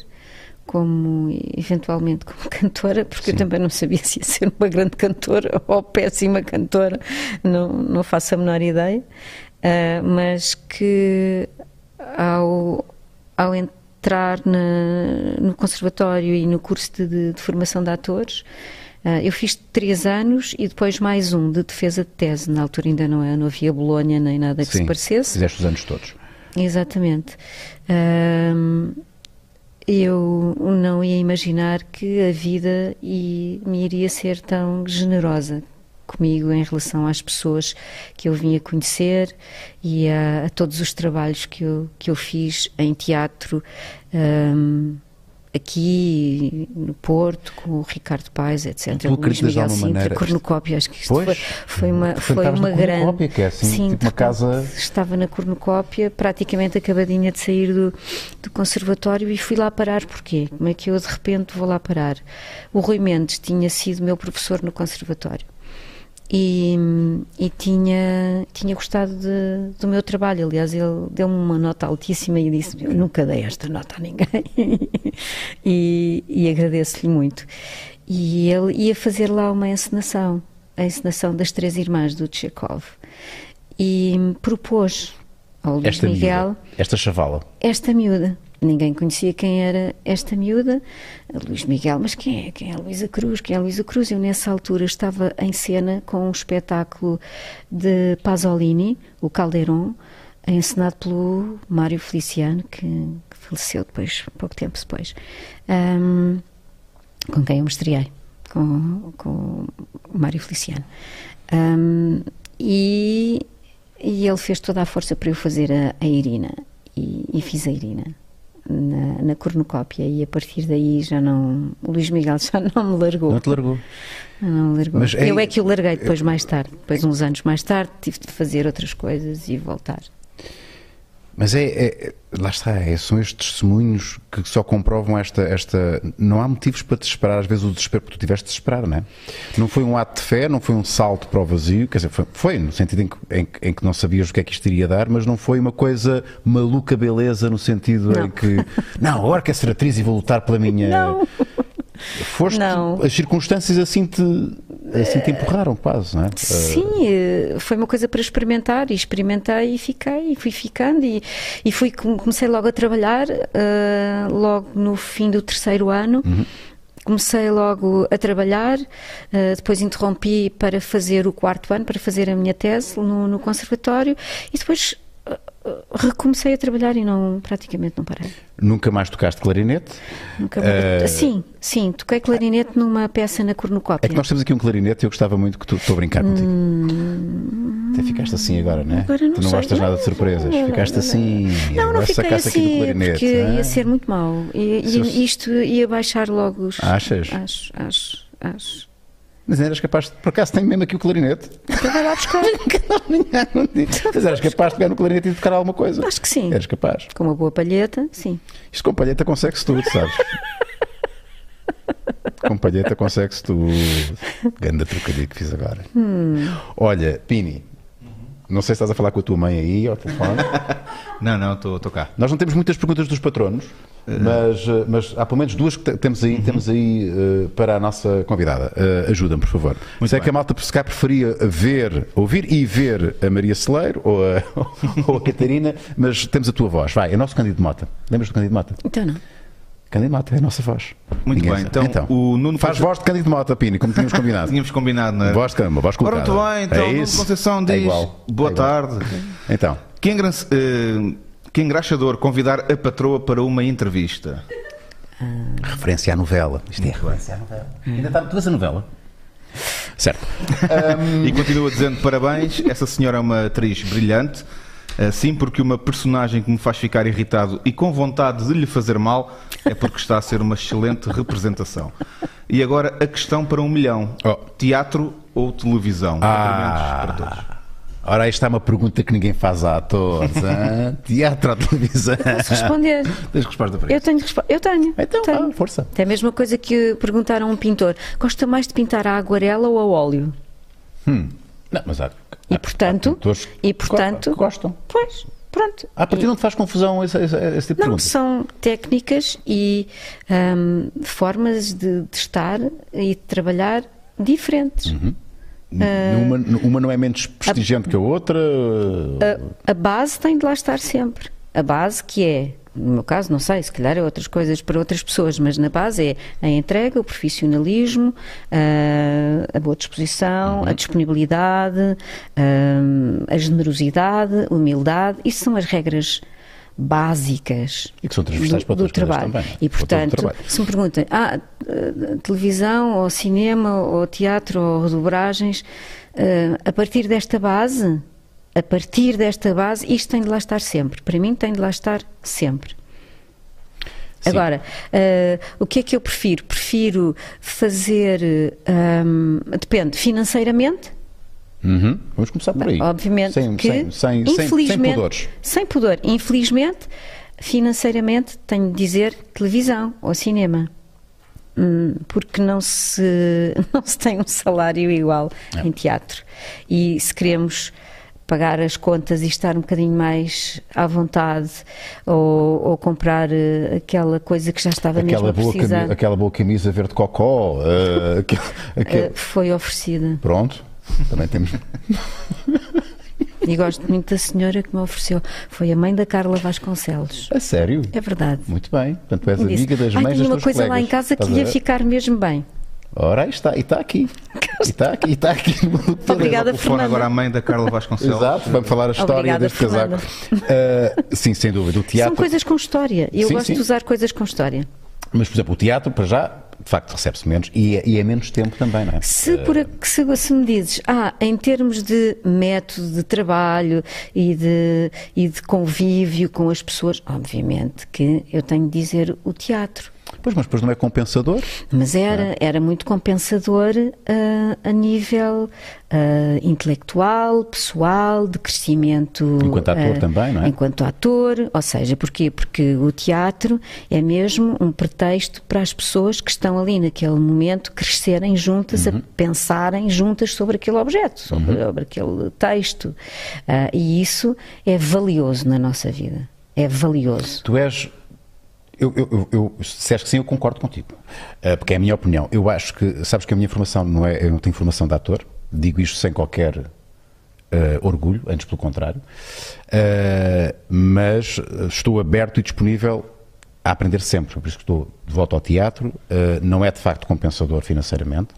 Speaker 3: como eventualmente como cantora, porque eu também não sabia se ia ser uma grande cantora *laughs* ou péssima cantora, não, não faço a menor ideia, ah, mas que ao, ao entrar na- no conservatório e no curso de, de- de formação de atores, ah, eu fiz três anos e depois mais um de defesa de tese. Na altura ainda não, é- não havia Bolonha nem nada que se parecesse.
Speaker 1: fizeste os anos todos.
Speaker 3: Exatamente. Ahm, eu não ia imaginar que a vida e- me iria ser tão generosa comigo em relação às pessoas que eu vinha conhecer e a, a todos os trabalhos que eu, que eu fiz em teatro ahm, aqui no Porto com o Ricardo Paes, etc.
Speaker 1: Tu
Speaker 3: o Luís
Speaker 1: acreditas de
Speaker 3: Miguel
Speaker 1: alguma
Speaker 3: Sintra,
Speaker 1: maneira-
Speaker 3: cornucópia, acho que isto
Speaker 1: Pois,
Speaker 3: foi, foi uma,
Speaker 1: tu
Speaker 3: foi
Speaker 1: cantavas na
Speaker 3: uma grande...
Speaker 1: cornucópia, que é assim, tipo
Speaker 3: de
Speaker 1: uma
Speaker 3: repente
Speaker 1: casa-
Speaker 3: Estava na cornucópia, praticamente acabadinha de sair do, do conservatório e fui lá parar. Porquê? Como é que eu de repente vou lá parar? O Rui Mendes tinha sido meu professor no conservatório e, e tinha, tinha gostado de- do meu trabalho. Aliás, ele deu-me uma nota altíssima e disse: Eu nunca dei esta nota a ninguém. *laughs* e e agradeço-lhe muito. E ele ia fazer lá uma encenação, a encenação das Três Irmãs do Tchekov. E propôs ao Luís
Speaker 1: Esta
Speaker 3: Miguel
Speaker 1: miúda, esta chavala.
Speaker 3: esta miúda. Ninguém conhecia quem era esta miúda, a Luís Miguel, mas quem é? Quem é a Luísa Cruz? Quem é a Luísa Cruz? Eu, nessa altura, estava em cena com um espetáculo de Pasolini, o Calderon, encenado pelo Mário Feliciano, que que faleceu depois, pouco tempo depois. Ahm, com quem eu me estreiei, com, com o Mário Feliciano. Ahm, e, e ele fez toda a força para eu fazer a, a Irina, e, e fiz a Irina. Na, na cornucópia e a partir daí já não o Luís Miguel *laughs* já não me largou
Speaker 1: Não te largou.
Speaker 3: não me largou.
Speaker 1: Mas é-
Speaker 3: eu é que o larguei depois mais tarde depois uns anos mais tarde tive de fazer outras coisas e voltar
Speaker 1: Mas é, é- é- lá está, é, são estes testemunhos que só comprovam esta, esta. Não há motivos para desesperar, às vezes o desespero, porque tu tiveste de desesperar, não é? Não foi um ato de fé, não foi um salto para o vazio, quer dizer, foi, foi no sentido em que, em que- em que não sabias o que é que isto iria dar, mas não foi uma coisa maluca beleza no sentido em
Speaker 3: Não.
Speaker 1: que. Não, agora quero ser atriz e vou lutar pela minha.
Speaker 3: Não.
Speaker 1: Foste,
Speaker 3: Não.
Speaker 1: as circunstâncias assim te, assim te empurraram, quase, não é?
Speaker 3: Sim, eh, foi uma coisa para experimentar e experimentei e fiquei e fui ficando e, e fui com- comecei logo a trabalhar eh, logo no fim do terceiro ano. Comecei logo a trabalhar, eh, depois interrompi para fazer o quarto ano, para fazer a minha tese no, no conservatório e depois eh, eh, recomecei a trabalhar e não praticamente não parei.
Speaker 1: Nunca mais tocaste clarinete.
Speaker 3: Nunca mais-
Speaker 1: Eh,
Speaker 3: Sim, sim, toquei clarinete numa peça na cornucópia.
Speaker 1: É que nós temos aqui um clarinete e eu gostava muito que tu. Estou a brincar contigo. Até ficaste assim agora, não é?
Speaker 3: Hum. Agora não
Speaker 1: tu não
Speaker 3: sei.
Speaker 1: gostas nada de surpresas.
Speaker 3: Não, não,
Speaker 1: ficaste
Speaker 3: não,
Speaker 1: assim.
Speaker 3: Não, não
Speaker 1: agora
Speaker 3: fiquei
Speaker 1: sacaste aqui do
Speaker 3: assim,
Speaker 1: clarinete.
Speaker 3: porque
Speaker 1: não é?
Speaker 3: ia ser muito mau. E, e
Speaker 1: Se-
Speaker 3: isto ia baixar logo os...
Speaker 1: Achas?
Speaker 3: Acho, acho, acho.
Speaker 1: Mas eras capaz de. Por acaso tenho mesmo aqui o clarinete? *laughs*
Speaker 3: Então vai lá *laughs* buscar.
Speaker 1: Mas eras capaz de pegar no clarinete e tocar alguma coisa?
Speaker 3: acho que sim.
Speaker 1: Eras capaz.
Speaker 3: Com uma boa palheta, sim.
Speaker 1: Isto com palheta consegue-se tudo, sabes? com palheta consegue-se tudo. Ganda trocadilho que fiz agora.
Speaker 3: Hum.
Speaker 1: Olha, Pini, não sei se estás a falar com a tua mãe aí ao telefone.
Speaker 2: Não, não, estou cá.
Speaker 1: Nós não temos muitas perguntas dos patronos,
Speaker 2: É.
Speaker 1: mas, eh, mas há pelo menos duas que te- temos
Speaker 2: Uhum.
Speaker 1: aí, temos aí eh, para a nossa convidada. Eh, Ajuda-me, por favor.
Speaker 2: Muito
Speaker 1: Se é
Speaker 2: bem.
Speaker 1: que a malta se calhar preferia ver, ouvir e ver a Maria Celeiro ou a, *laughs* ou a Catarina, mas temos a tua voz. Vai, é o nosso Candido Mota. Lembras do Candido Mota?
Speaker 3: Então não.
Speaker 1: Candido Mota é a nossa voz.
Speaker 2: Muito
Speaker 1: Ninguém
Speaker 2: bem,
Speaker 1: sabe.
Speaker 2: então, o Nuno
Speaker 1: Faz
Speaker 2: Conce-
Speaker 1: voz de Candido Mota, Pini, como tínhamos
Speaker 2: *laughs*
Speaker 1: combinado.
Speaker 2: Tínhamos combinado, não é?
Speaker 1: voz de Candido voz
Speaker 2: Ora,
Speaker 1: colocada.
Speaker 2: muito bem, então,
Speaker 1: é
Speaker 2: Nuno
Speaker 1: isso?
Speaker 2: Conceição diz
Speaker 1: É igual.
Speaker 2: boa
Speaker 1: É igual.
Speaker 2: tarde.
Speaker 1: Então,
Speaker 2: Que, engra... eh, que engraxador convidar a patroa para uma entrevista.
Speaker 1: referência à novela. Isto é referência à novela. Ainda está, tu vês a novela? Certo.
Speaker 2: E continua dizendo parabéns, essa senhora é uma atriz brilhante. Assim, porque uma personagem que me faz ficar irritado e com vontade de lhe fazer mal é porque está a ser uma excelente representação. E agora a questão para um milhão:
Speaker 1: Oh.
Speaker 2: teatro ou televisão?
Speaker 1: Ah.
Speaker 2: Cumprimentos para todos.
Speaker 1: Ora, esta é uma pergunta que ninguém faz a atores. *laughs* hã? Teatro ou televisão?
Speaker 3: Posso responder?
Speaker 1: Tens resposta para
Speaker 3: Eu
Speaker 1: isso?
Speaker 3: tenho resposta. Eu tenho.
Speaker 1: Então, vá,
Speaker 3: tenho.
Speaker 1: força.
Speaker 3: É a mesma coisa que perguntaram a um pintor: gosta mais de pintar a aguarela ou a óleo?
Speaker 1: Não, mas Ah, há,
Speaker 3: E portanto.
Speaker 1: atores que
Speaker 3: E portanto.
Speaker 1: gostam. Ah,
Speaker 3: Pois, pronto.
Speaker 1: A partir não te faz confusão esse, esse- esse tipo de
Speaker 3: Não,
Speaker 1: pergunta?
Speaker 3: são técnicas e hum, formas de, de estar e de trabalhar diferentes.
Speaker 1: Uhum.
Speaker 3: eh,
Speaker 1: Uma, uma não é menos prestigiante que a outra?
Speaker 3: A, a base tem de lá estar sempre. A base que é, no meu caso, não sei, se calhar é outras coisas para outras pessoas, mas na base é a entrega, o profissionalismo, ah, a, a boa disposição,
Speaker 1: Uhum.
Speaker 3: a disponibilidade, hum, a generosidade, a humildade. Isso são as regras básicas
Speaker 1: E que são transversais para outras coisas
Speaker 3: trabalho.
Speaker 1: também,
Speaker 3: E
Speaker 1: para todo o
Speaker 3: portanto,
Speaker 1: trabalho.
Speaker 3: se me perguntem, ah, eh, televisão, ou cinema, ou teatro, ou dobragens, eh, a partir desta base, a partir desta base, isto tem de lá estar sempre. Para mim tem de lá estar sempre.
Speaker 1: Sim.
Speaker 3: Agora, eh, o que é que eu prefiro? Prefiro fazer, eh, hum, depende, financeiramente,
Speaker 1: Uhum. Vamos começar por aí.
Speaker 3: Obviamente
Speaker 1: Sem,
Speaker 3: que,
Speaker 1: sem, sem, sem- sem,
Speaker 3: infelizmente,
Speaker 1: pudores.
Speaker 3: sem pudor. Infelizmente, financeiramente, tenho de dizer televisão ou cinema. Hum, Porque não se, *laughs* não se tem um salário igual
Speaker 1: É.
Speaker 3: em teatro. E se queremos pagar as contas e estar um bocadinho mais à vontade ou, ou comprar eh, aquela coisa que já estava
Speaker 1: Aquela
Speaker 3: mesmo a
Speaker 1: boa,
Speaker 3: precisar,
Speaker 1: camisa, aquela boa camisa verde cocó.
Speaker 3: *laughs*
Speaker 1: eh, aquele, aquele-
Speaker 3: eh, foi oferecida.
Speaker 1: Pronto. Também temos.
Speaker 3: E gosto muito da senhora que me ofereceu. Foi a mãe da Carla Vasconcelos.
Speaker 1: A sério?
Speaker 3: É verdade.
Speaker 1: Muito bem. Portanto, és
Speaker 3: E disse,
Speaker 1: amiga das
Speaker 3: "Ai,
Speaker 1: mães
Speaker 3: tenho
Speaker 1: das
Speaker 3: uma
Speaker 1: tuas
Speaker 3: coisa lá
Speaker 1: colegas."
Speaker 3: em casa que
Speaker 1: Estás a
Speaker 3: ia
Speaker 1: ver?
Speaker 3: ficar mesmo bem.
Speaker 1: Ora, aí está, e está
Speaker 3: *laughs*
Speaker 1: aqui. E está aqui, e está aqui no meu
Speaker 3: Obrigada,
Speaker 2: Ao telefone
Speaker 3: Fernanda.
Speaker 2: agora a mãe
Speaker 1: *laughs*
Speaker 2: da Carla Vasconcelos.
Speaker 1: Exato, vamos falar a história
Speaker 3: Obrigada,
Speaker 1: deste
Speaker 3: Fernanda.
Speaker 1: casaco. Ah, sim, sem dúvida. O
Speaker 3: São
Speaker 1: teatro.
Speaker 3: coisas com história. Eu
Speaker 1: Sim,
Speaker 3: gosto
Speaker 1: sim.
Speaker 3: de usar coisas com história.
Speaker 1: Mas, por exemplo, o teatro, para já, de facto, recebe-se menos e é, e é menos tempo também, não é?
Speaker 3: Se, por a- que se, se me dizes, ah, em termos de método de trabalho e de, e de convívio com as pessoas, obviamente que eu tenho de dizer o teatro.
Speaker 1: Pois, mas depois não é compensador.
Speaker 3: Mas era, era muito compensador ah, a nível ah, intelectual, pessoal, de crescimento.
Speaker 1: Enquanto ator
Speaker 3: ah,
Speaker 1: também, não é?
Speaker 3: Enquanto ator, ou seja, porquê? Porque o teatro é mesmo um pretexto para as pessoas que estão ali naquele momento crescerem juntas,
Speaker 1: Uhum.
Speaker 3: a pensarem juntas sobre aquele objeto, sobre, sobre aquele texto. Ah, e isso é valioso na nossa vida. É valioso.
Speaker 1: Tu és. Eu, eu, eu, eu- se disseres que sim, eu concordo contigo. Ah, porque é a minha opinião. Eu acho que. Sabes que a minha formação não é. Eu não tenho formação de ator. Digo isto sem qualquer ah, orgulho, antes pelo contrário. Ah, mas ah, estou aberto e disponível a aprender sempre. Por isso que estou de volta ao teatro. Ah, não é de facto compensador financeiramente.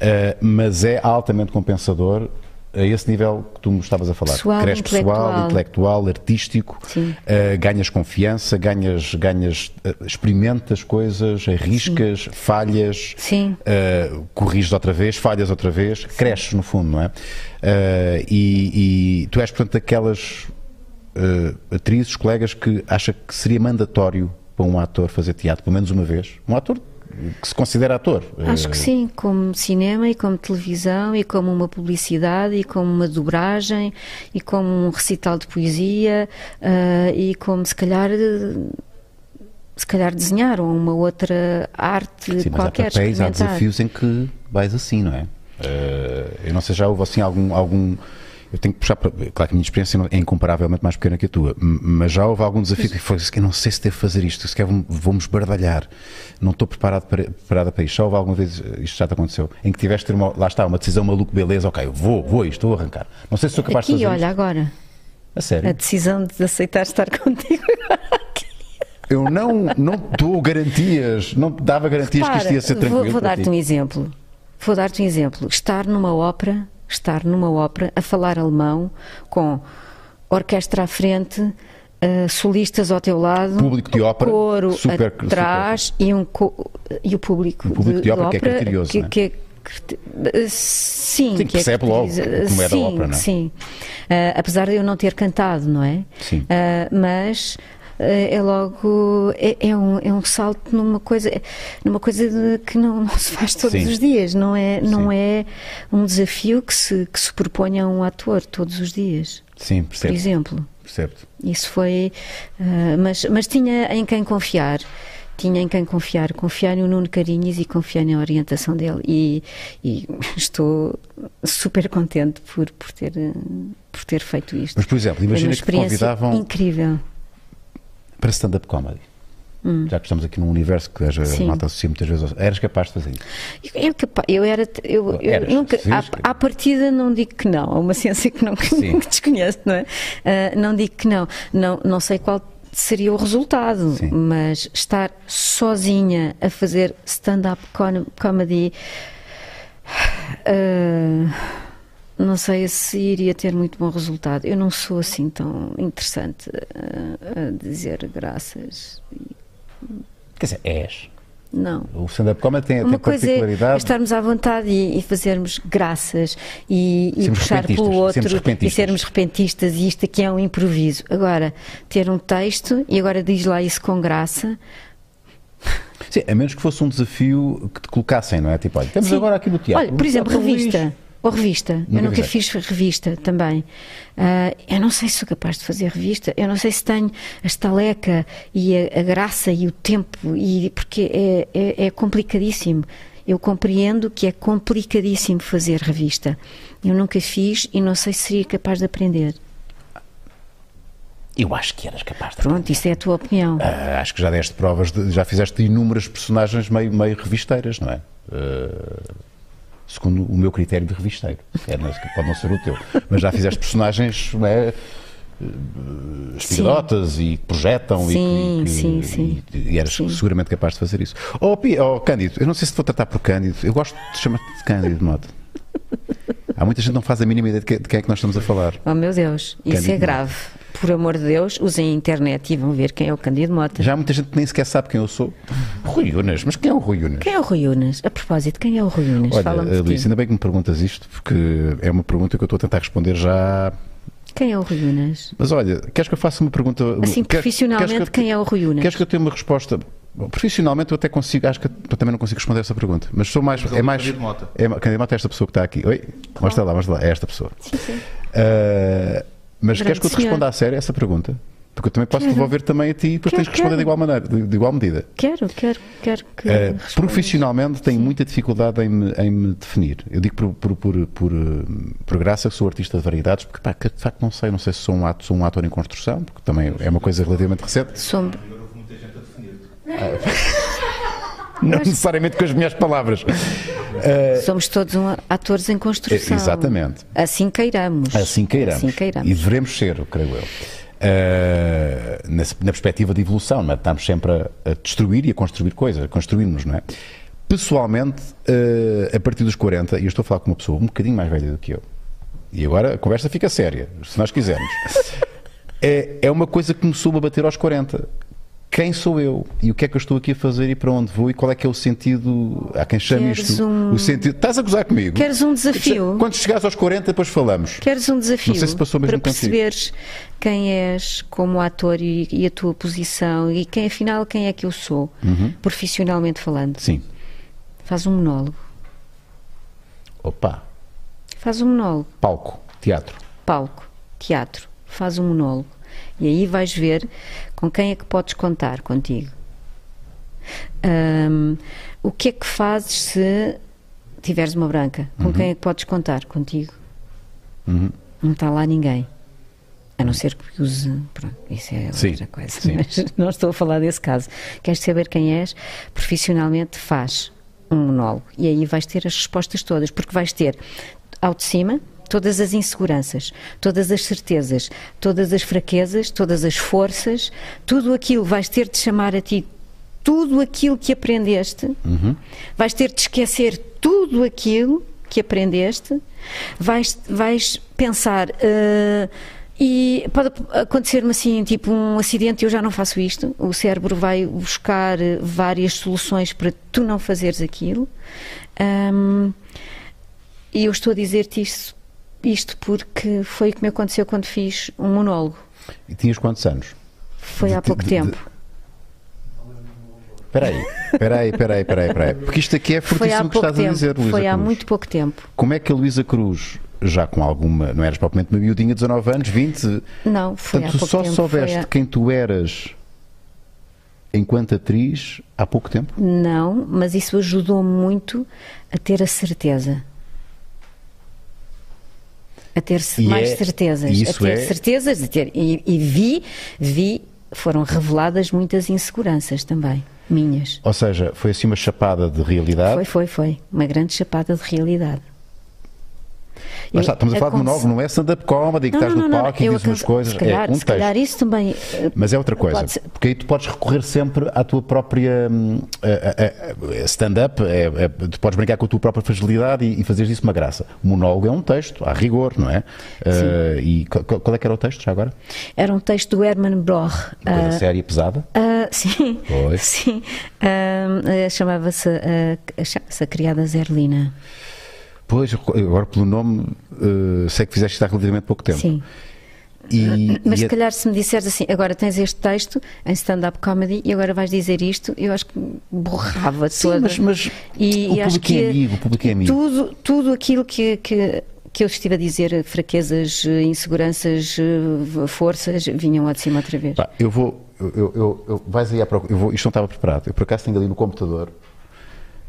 Speaker 1: ah, mas é altamente compensador a esse nível que tu me estavas a falar.
Speaker 3: Pessoal,
Speaker 1: Cresce pessoal,
Speaker 3: intelectual.
Speaker 1: intelectual, artístico,
Speaker 3: Sim.
Speaker 1: eh, ganhas confiança, ganhas, ganhas, eh, experimentas coisas, arriscas, falhas,
Speaker 3: Sim.
Speaker 1: eh, corriges outra vez, falhas outra vez, cresces no fundo, não é? Eh, e, e tu és, portanto, daquelas eh, atrizes, colegas que acha que seria mandatório para um ator fazer teatro, pelo menos uma vez. Um ator que se considera ator. eh,
Speaker 3: Acho que sim, como cinema e como televisão e como uma publicidade e como uma dobragem e como um recital de poesia ah, e como se calhar eh, se calhar desenhar ou uma outra arte
Speaker 1: Sim, mas há
Speaker 3: qualquer
Speaker 1: papéis, há
Speaker 3: experimentar.
Speaker 1: desafios em que vais assim, não é? Eh, eu não sei, já houve assim algum. algum eu tenho que puxar para. Claro que a minha experiência não- é incomparavelmente mais pequena que a tua, m- mas já houve algum desafio que foi assim: eu não sei se devo fazer isto, se quer vou-me esbardalhar, não estou preparado para, preparada para isto. Já houve alguma vez, eh, isto já te aconteceu, em que tiveste de ter uma, lá está, uma decisão maluco, beleza, ok, eu vou, vou, isto, vou arrancar. Não sei se sou capaz de
Speaker 3: Aqui,
Speaker 1: fazer.
Speaker 3: olha,
Speaker 1: isto.
Speaker 3: agora,
Speaker 1: A sério.
Speaker 3: a decisão de aceitar estar *laughs* contigo agora aqui.
Speaker 1: Eu não, não dou garantias, não te dava garantias que isto ia ser
Speaker 3: Repara,
Speaker 1: tranquilo.
Speaker 3: Vou, vou
Speaker 1: para
Speaker 3: dar-te
Speaker 1: ti.
Speaker 3: um exemplo. Vou dar-te um exemplo. Estar numa ópera, estar numa ópera a falar alemão com orquestra à frente, eh, solistas ao teu lado,
Speaker 1: Público de ópera,
Speaker 3: coro
Speaker 1: super-
Speaker 3: atrás e um co- e o público,
Speaker 1: O público de ópera que é criterioso,
Speaker 3: que-
Speaker 1: não é?
Speaker 3: que é crite- eh,
Speaker 1: Sim,
Speaker 3: Sim, que é
Speaker 1: percebe logo
Speaker 3: criterioso.
Speaker 1: como é da
Speaker 3: sim,
Speaker 1: ópera, não é?
Speaker 3: Sim, Eh, apesar de eu não ter cantado, não é?
Speaker 1: Sim.
Speaker 3: Ah, mas ah, é logo é, é um, é um salto numa coisa numa coisa de- que não, não se faz todos
Speaker 1: Sim.
Speaker 3: os dias não é não
Speaker 1: Sim.
Speaker 3: é um desafio que se que se propõe a um ator todos os dias
Speaker 1: Sim,
Speaker 3: por
Speaker 1: percebo.
Speaker 3: exemplo
Speaker 1: percebo.
Speaker 3: isso foi ah, mas mas tinha em quem confiar tinha em quem confiar confiar no Nuno Carinhas e confiar na orientação dele e, e estou super contente por por ter ah, por ter feito isto
Speaker 1: Mas, por exemplo,
Speaker 3: Foi uma
Speaker 1: imagina que te
Speaker 3: experiência
Speaker 1: convidavam
Speaker 3: incrível
Speaker 1: para stand-up comedy. Já que estamos aqui num universo que a
Speaker 3: Hum. Sim.
Speaker 1: malta associa muitas vezes. Eras capaz de fazer isso?
Speaker 3: Eu, capa- É eu era. Eu, eu
Speaker 1: Eras,
Speaker 3: nunca,
Speaker 1: sabias que-
Speaker 3: à, à partida não digo que não. É uma ciência que não *laughs* que
Speaker 1: Sim.
Speaker 3: desconheço, não é? Ah, não digo que não. não. Não sei qual seria o resultado,
Speaker 1: Sim.
Speaker 3: mas estar sozinha a fazer stand-up con- comedy. ah, não sei se iria ter muito bom resultado. Eu não sou assim tão interessante ah, a dizer graças.
Speaker 1: Quer dizer, és.
Speaker 3: Não.
Speaker 1: O stand-up comedy tem, tem
Speaker 3: Uma coisa é
Speaker 1: particularidade.
Speaker 3: estarmos à vontade e, e fazermos graças e, e
Speaker 1: Sermos
Speaker 3: puxar
Speaker 1: repentistas,
Speaker 3: pelo outro
Speaker 1: sermos
Speaker 3: e
Speaker 1: repentistas.
Speaker 3: sermos repentistas e isto aqui é um improviso. Agora, ter um texto e agora diz lá isso com graça.
Speaker 1: Sim, a menos que fosse um desafio que te colocassem, não é? Tipo, olha, temos
Speaker 3: Sim.
Speaker 1: agora aqui no teatro.
Speaker 3: Olha, por
Speaker 1: um
Speaker 3: exemplo,
Speaker 1: teatro
Speaker 3: revista.
Speaker 1: lixo.
Speaker 3: Ou revista.
Speaker 1: Nunca
Speaker 3: eu nunca
Speaker 1: fizeste.
Speaker 3: fiz revista também. Ah, eu não sei se sou capaz de fazer revista. Eu não sei se tenho a estaleca e a, a graça e o tempo, e, porque é, é- é complicadíssimo. Eu compreendo que é complicadíssimo fazer revista. Eu nunca fiz e não sei se seria capaz de aprender.
Speaker 1: Eu acho que eras capaz de.
Speaker 3: Pronto, isso é a tua opinião.
Speaker 1: Ah, acho que já deste provas, de- já fizeste inúmeras personagens meio, meio revisteiras, não é? Ah, segundo o meu critério de revisteiro. É, não- pode não ser o teu. Mas já fizeste personagens, não é? espirotas e que projetam e
Speaker 3: Sim,
Speaker 1: que- e que,
Speaker 3: sim, sim.
Speaker 1: E, e eras
Speaker 3: Sim.
Speaker 1: seguramente capaz de fazer isso. Oh, Pi- oh, Cândido, eu não sei se te vou tratar por Cândido, eu gosto de chamar-te de Cândido, de modo. Há muita gente que não faz a mínima ideia de que- de quem é que nós estamos a falar.
Speaker 3: Oh meu Deus, isso
Speaker 1: Cândido
Speaker 3: é grave. Por amor de Deus, usem a internet e vão ver quem é o Candido Mota.
Speaker 1: Já há muita gente que nem sequer sabe quem eu sou. Rui Unas, mas quem é o Rui Unas?
Speaker 3: Quem é o Rui Unas? A propósito, quem é o Rui Unas? Fala-me
Speaker 1: Olha,
Speaker 3: de ti.
Speaker 1: Luís, ainda bem que me perguntas isto, porque é uma pergunta que eu estou a tentar responder já.
Speaker 3: Quem é o Rui Unas?
Speaker 1: Mas olha, queres que eu faça uma pergunta.
Speaker 3: Assim,
Speaker 1: Hum, queres-
Speaker 3: profissionalmente,
Speaker 1: queres que eu-
Speaker 3: quem é o Rui Unas?
Speaker 1: Queres que eu tenha uma resposta? Bom, profissionalmente eu até consigo, acho que eu também não consigo responder essa pergunta, mas sou mais.
Speaker 2: Mas
Speaker 1: é
Speaker 2: ele
Speaker 1: mais
Speaker 2: Candido Mota.
Speaker 1: É, Candido Mota é esta pessoa que está aqui. Oi?
Speaker 3: Tá
Speaker 1: Mostra lá, mostra lá, é esta pessoa. Sim, sim. mas
Speaker 3: Grande
Speaker 1: queres que eu te
Speaker 3: senhor.
Speaker 1: responda a sério essa pergunta? Porque eu também posso
Speaker 3: Quero.
Speaker 1: devolver também a ti e depois
Speaker 3: Quero,
Speaker 1: tens que responder de
Speaker 3: quero.
Speaker 1: igual, maneira, de- de igual medida.
Speaker 3: Quero, quero, quero que.
Speaker 1: Uh,
Speaker 3: respondas.
Speaker 1: profissionalmente tenho muita dificuldade em me, em me definir. Eu digo por, por, por, por, uh, por graça que sou artista de variedades, porque pá, que de facto não sei, não sei se sou um, ato, sou um ator em construção, porque também é uma coisa relativamente recente.
Speaker 3: Som-
Speaker 1: Não necessariamente com as minhas palavras.
Speaker 3: Somos todos um, atores em construção.
Speaker 1: É, exatamente.
Speaker 3: Assim queiramos.
Speaker 1: Assim queiramos.
Speaker 3: Assim queiramos.
Speaker 1: E devemos ser, eu creio eu. Eh, na, na perspectiva de evolução, não é? estamos sempre a, a destruir e a construir coisas, a construirmos, não é? ah, Pessoalmente, eh, a partir dos 40, e eu estou a falar com uma pessoa um bocadinho mais velha do que eu, E agora a conversa fica séria, se nós quisermos. *laughs* é, é uma coisa que me soube a bater aos 40. Quem sou eu? E o que é que eu estou aqui a fazer e para onde vou? E qual é que é o sentido? Há quem chame
Speaker 3: Queres
Speaker 1: isto.
Speaker 3: um-
Speaker 1: O sentido. Estás a gozar comigo?
Speaker 3: Queres um desafio?
Speaker 1: Quando chegares aos 40, depois falamos.
Speaker 3: Queres um desafio
Speaker 1: Não sei se passou mesmo
Speaker 3: para
Speaker 1: contigo.
Speaker 3: perceberes quem és como ator e, e a tua posição e quem afinal quem é que eu sou,
Speaker 1: Uhum.
Speaker 3: profissionalmente falando.
Speaker 1: Sim.
Speaker 3: Faz um monólogo.
Speaker 1: Opa.
Speaker 3: Faz um monólogo.
Speaker 1: Palco. Teatro.
Speaker 3: palco, teatro, faz um monólogo e aí vais ver com quem é que podes contar contigo. Ahm, o que é que fazes se tiveres uma branca? Com
Speaker 1: Uhum.
Speaker 3: quem é que podes contar contigo? Não está lá ninguém. A não ser que use. Pronto, isso é
Speaker 1: Sim,
Speaker 3: outra coisa.
Speaker 1: sim.
Speaker 3: Mas *laughs* não estou a falar desse caso. Queres saber quem és? Profissionalmente, faz um monólogo. E aí vais ter as respostas todas, porque vais ter ao de cima todas as inseguranças, todas as certezas, todas as fraquezas, todas as forças, tudo aquilo vais ter de chamar a ti. Tudo aquilo que aprendeste,
Speaker 1: Uhum.
Speaker 3: vais ter de esquecer tudo aquilo que aprendeste, vais, vais pensar. "Ah, e pode acontecer-me assim, tipo um acidente, eu já não faço isto. O cérebro vai buscar eh, várias soluções para tu não fazeres aquilo. Ahm, e eu estou a dizer-te isto, isto porque foi o que me aconteceu quando fiz um monólogo.
Speaker 1: E tinhas quantos anos?
Speaker 3: Foi
Speaker 1: De-
Speaker 3: há pouco
Speaker 1: de- de-
Speaker 3: tempo.
Speaker 1: Espera aí. Espera aí, espera aí, espera aí, espera aí. Porque isto aqui é
Speaker 3: Foi
Speaker 1: fortíssimo
Speaker 3: há
Speaker 1: o que
Speaker 3: pouco
Speaker 1: estás
Speaker 3: tempo.
Speaker 1: a dizer, Luísa
Speaker 3: foi há
Speaker 1: Cruz.
Speaker 3: muito pouco tempo.
Speaker 1: Como é que a Luísa Cruz, já com alguma, não eras propriamente uma miudinha de 19 anos, 20,
Speaker 3: Não, foi há
Speaker 1: portanto, tu
Speaker 3: pouco
Speaker 1: só
Speaker 3: tempo.
Speaker 1: soubeste
Speaker 3: foi há-
Speaker 1: quem tu eras enquanto atriz há pouco tempo?
Speaker 3: Não, mas isso ajudou muito a ter a certeza. A ter
Speaker 1: E
Speaker 3: mais
Speaker 1: é-
Speaker 3: certezas.
Speaker 1: e isso
Speaker 3: a ter
Speaker 1: é-
Speaker 3: certezas. a ter- e, e vi, vi, foram reveladas muitas inseguranças também, minhas.
Speaker 1: Ou seja, foi assim uma chapada de realidade.
Speaker 3: Foi, foi, foi. Uma grande chapada de realidade. Eu-
Speaker 1: Mas está, estamos a falar de
Speaker 3: aconse-
Speaker 1: monólogo, não é stand-up comedy que
Speaker 3: Não,
Speaker 1: estás
Speaker 3: não,
Speaker 1: no
Speaker 3: não, não,
Speaker 1: palco e
Speaker 3: eu
Speaker 1: dizes umas
Speaker 3: aconse-
Speaker 1: coisas.
Speaker 3: Se calhar,
Speaker 1: é um
Speaker 3: se
Speaker 1: texto.
Speaker 3: calhar isso também. eh,
Speaker 1: Mas é outra coisa,
Speaker 3: Pode ser-
Speaker 1: porque aí tu podes recorrer sempre à tua própria hum, a- a- a- stand-up, é- é- tu podes brincar com a tua própria fragilidade e, e fazeres disso uma graça. O monólogo é um texto, há rigor, não é? Eh, e qual, qual- qual é que era o texto já agora?
Speaker 3: Era um texto do Herman Broch.
Speaker 1: Uma coisa séria e pesada?
Speaker 3: Ah, *laughs* sim,
Speaker 1: Pois.
Speaker 3: sim. Ah, eh, chamava-se ah, chama-se a criada Zerlina.
Speaker 1: Pois, agora pelo nome, eh, sei que fizeste isto há relativamente pouco tempo.
Speaker 3: Sim.
Speaker 1: E, e
Speaker 3: Mas se
Speaker 1: a-
Speaker 3: calhar se me disseres assim, agora tens este texto em stand-up comedy e agora vais dizer isto, eu acho que borrava
Speaker 1: Sim,
Speaker 3: toda.
Speaker 1: mas- mas o público é amigo, o público é amigo.
Speaker 3: Tudo, tudo aquilo que, que, que eu estive a dizer, fraquezas, eh, inseguranças, eh, forças, vinham lá de cima outra vez.
Speaker 1: Pá, eu vou. Eu, eu- eu- eu- vais aí à procura. Eu vou, isto não estava preparado. Eu por acaso tenho ali no computador.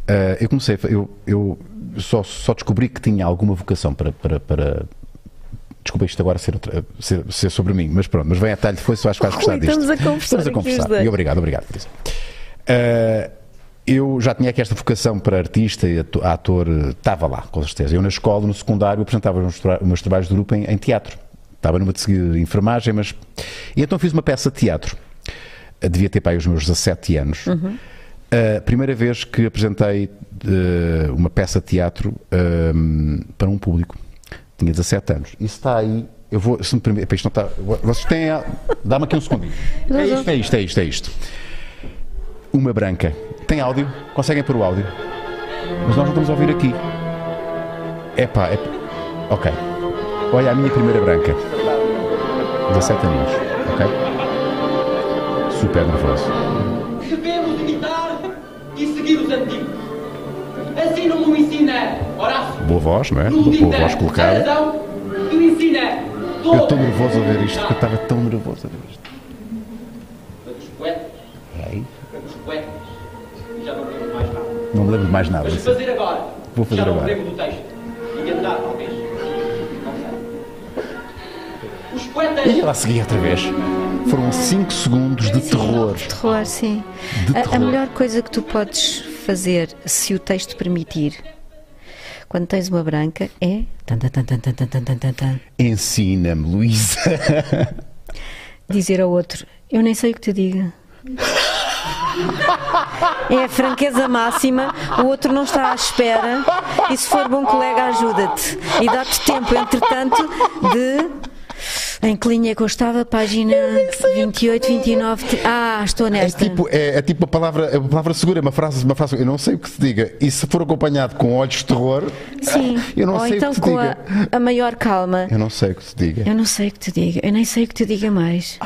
Speaker 1: Ah, eu comecei. a fa- Eu, eu só, só descobri que tinha alguma vocação para. para, para Desculpa isto agora ser, outra- ser, ser sobre mim, mas pronto, mas vem a talho depois, eu acho que vais
Speaker 3: Rui,
Speaker 1: gostar disto.
Speaker 3: estamos a conversar
Speaker 1: Estamos a
Speaker 3: aqui os
Speaker 1: conversar.
Speaker 3: dois.
Speaker 1: E obrigado, obrigado por isso. Ah, eu já tinha aqui esta vocação para artista e ato- ator, eh, estava lá, com certeza. Eu na escola, no secundário, apresentava os meus, tra- os meus trabalhos de grupo em, em teatro. Estava numa de seguir enfermagem, mas. E então fiz uma peça de teatro. Eh, Devia ter para aí os meus 17 anos. A primeira vez que apresentei eh, uma peça de teatro ehm, para um público. Tinha 17 anos. Isso está aí. Eu vou, se me permite, epá, isto não está. Vocês têm. a- Dá-me aqui um segundinho. É isto, é isto, é isto, é isto. Uma branca. Tem áudio? Conseguem pôr o áudio? Mas nós não estamos a ouvir aqui. Epá, é. Ok. Olha a minha primeira branca. 17 aninhos. Ok? Super nervoso.
Speaker 4: Devemos imitar e seguir os antigos. Assim não me ensina Horácio.
Speaker 1: Boa voz, não é?
Speaker 4: Lúdica,
Speaker 1: Boa voz
Speaker 4: a
Speaker 1: colocada.
Speaker 4: razão que me ensina
Speaker 1: Eu estou nervoso a ver isto, porque eu estava tão nervoso a ver isto.
Speaker 4: Para os poetas,
Speaker 1: Ai,
Speaker 4: para é? os poetas. E já não lembro mais nada.
Speaker 1: não me lembro de mais nada. assim.
Speaker 4: Mas fazer agora.
Speaker 1: Vou fazer
Speaker 4: já não me
Speaker 1: agora.
Speaker 4: lembro do texto. Inventar, talvez. Não sei. Os poetas.
Speaker 1: E ela seguia outra vez. Foram 5 segundos de terror.
Speaker 3: Terror, sim.
Speaker 1: De
Speaker 3: a, a
Speaker 1: terror.
Speaker 3: melhor coisa que tu podes fazer, se o texto permitir, quando tens uma branca, é. tan, tan, tan, tan, tan, tan, tan, tan, tan, tan,
Speaker 1: Ensina-me, Luísa. *laughs*
Speaker 3: dizer ao outro: Eu nem sei o que te diga. É a franqueza máxima, o outro não está à espera e se for bom colega ajuda-te. E dá-te tempo, entretanto, de. Em que linha é que eu estava? Página 28, 29. te- Ah, estou
Speaker 1: É
Speaker 3: nesta.
Speaker 1: tipo, é, é tipo uma palavra, é uma palavra segura, é uma frase, uma frase. Eu não sei o que se diga. E se for acompanhado com olhos de terror,
Speaker 3: Sim.
Speaker 1: *laughs* eu não
Speaker 3: Ou
Speaker 1: sei
Speaker 3: então
Speaker 1: o que se
Speaker 3: com a,
Speaker 1: diga.
Speaker 3: a maior calma.
Speaker 1: Eu não sei o que se diga.
Speaker 3: Eu não sei o que te diga, eu nem sei o que te diga mais.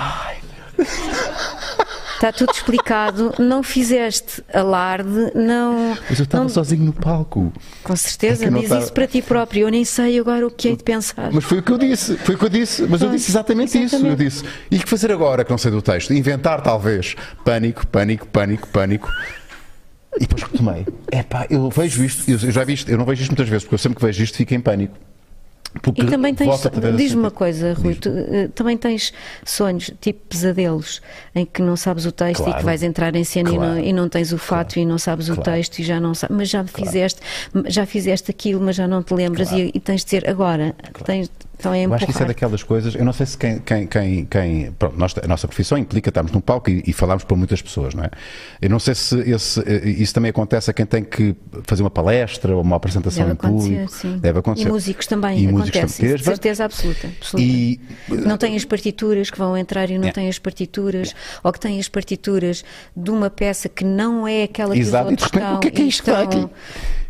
Speaker 3: Está Tá tudo explicado, não fizeste alarde, não.
Speaker 1: Mas eu estava
Speaker 3: não-
Speaker 1: sozinho no palco.
Speaker 3: Com certeza,
Speaker 1: É que não
Speaker 3: diz
Speaker 1: estava-
Speaker 3: isso para ti próprio. Eu nem sei agora o que hei de pensar.
Speaker 1: Mas foi o que eu disse, foi o que eu disse, mas eu
Speaker 3: Pois,
Speaker 1: disse exatamente,
Speaker 3: exatamente.
Speaker 1: isso. Eu disse. E que fazer agora que não sei do texto? Inventar talvez. Pânico, pânico, pânico, pânico. E depois retomei. É pá, eu vejo isto, eu eu já vi isto, eu não vejo isto muitas vezes, porque eu sempre que vejo isto fico em pânico. Porque
Speaker 3: E também tens.
Speaker 1: volta outra vez a
Speaker 3: Diz-me uma
Speaker 1: sentir-
Speaker 3: coisa, Rui, tu, eh, também tens sonhos, tipo pesadelos, em que não sabes o texto e
Speaker 1: Claro.
Speaker 3: que vais entrar em cena e,
Speaker 1: Claro.
Speaker 3: não, e não tens o fato e não sabes o texto e já não sabes. Mas já fizeste, já fizeste aquilo, mas já não te lembras e, e tens de dizer agora. Tens, então é
Speaker 1: Eu acho que isso é
Speaker 3: empurrar.
Speaker 1: daquelas coisas. Eu não sei se quem. quem, quem, quem pronto, nós, a nossa profissão implica estarmos num palco e, e falarmos para muitas pessoas, não é? Eu não sei se esse, eh, isso também acontece a quem tem que fazer uma palestra ou uma apresentação
Speaker 3: Deve
Speaker 1: em público.
Speaker 3: acontecer, sim.
Speaker 1: Deve acontecer.
Speaker 3: E músicos também acontece,
Speaker 1: também.
Speaker 3: de certeza absoluta. absoluta.
Speaker 1: E-
Speaker 3: Não têm as partituras que vão entrar e não têm as partituras, ou que têm as partituras de uma peça que não é aquela que
Speaker 1: Exato.
Speaker 3: os
Speaker 1: E de
Speaker 3: outros
Speaker 1: repente,
Speaker 3: estão. eh,
Speaker 1: o que é que é isto que está
Speaker 3: estão-
Speaker 1: aqui?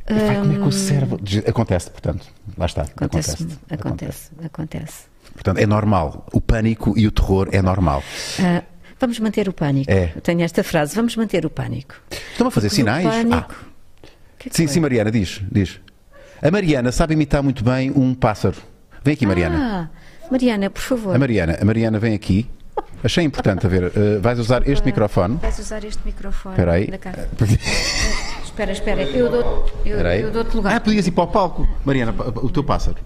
Speaker 1: Vai comer com o cérebro. Acontece, portanto. Lá está.
Speaker 3: Acontece,
Speaker 1: Acontece.
Speaker 3: acontece, acontece.
Speaker 1: Portanto, é normal. O pânico e o terror é normal.
Speaker 3: Ah, vamos manter o pânico.
Speaker 1: É.
Speaker 3: Eu tenho esta frase, vamos manter o pânico.
Speaker 1: Estão a fazer sinais?
Speaker 3: O pânico.
Speaker 1: Ah.
Speaker 3: O que é que
Speaker 1: Sim,
Speaker 3: foi?
Speaker 1: sim, Mariana, diz, diz. A Mariana sabe imitar muito bem um pássaro. Vem aqui, Mariana.
Speaker 3: Ah, Mariana, por favor.
Speaker 1: A Mariana, a Mariana vem aqui. Achei importante a ver. eh, vais usar este microfone.
Speaker 3: Vais usar este microfone.
Speaker 1: Espera aí.
Speaker 3: Da cá. Espera, espera. Eu dou-te
Speaker 1: *laughs*
Speaker 3: eu,
Speaker 1: Espera aí.
Speaker 3: eu dou-te lugar.
Speaker 1: Ah, podias ir para o palco. Mariana, pa- pa- o teu pássaro.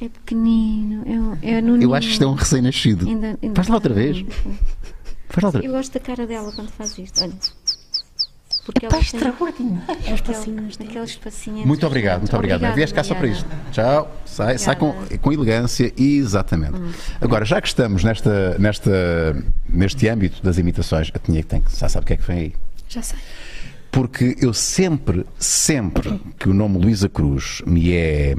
Speaker 3: É pequenino, é, um- é no
Speaker 1: Eu acho que isto é um recém-nascido.
Speaker 3: Ainda- ainda- tá.
Speaker 1: Faz lá outra vez. Faz lá outra
Speaker 3: Eu
Speaker 1: vez.
Speaker 3: gosto da cara dela quando faz isto, olha. Porque ela tem aquele, aquele espacinho entre
Speaker 1: Muito
Speaker 3: os
Speaker 1: obrigado, muito obrigado.
Speaker 3: dentes.
Speaker 1: é?
Speaker 3: Obrigada,
Speaker 1: Vieste cá só para
Speaker 3: Mariana.
Speaker 1: isto. Tchau. Sai, sai com, com elegância, exatamente.
Speaker 3: Hum.
Speaker 1: Agora, já que estamos nesta, nesta, neste âmbito das imitações, eu tinha que tem que já sabe o que é que vem aí.
Speaker 3: Já sei.
Speaker 1: porque eu sempre, sempre que o nome Luísa Cruz me é.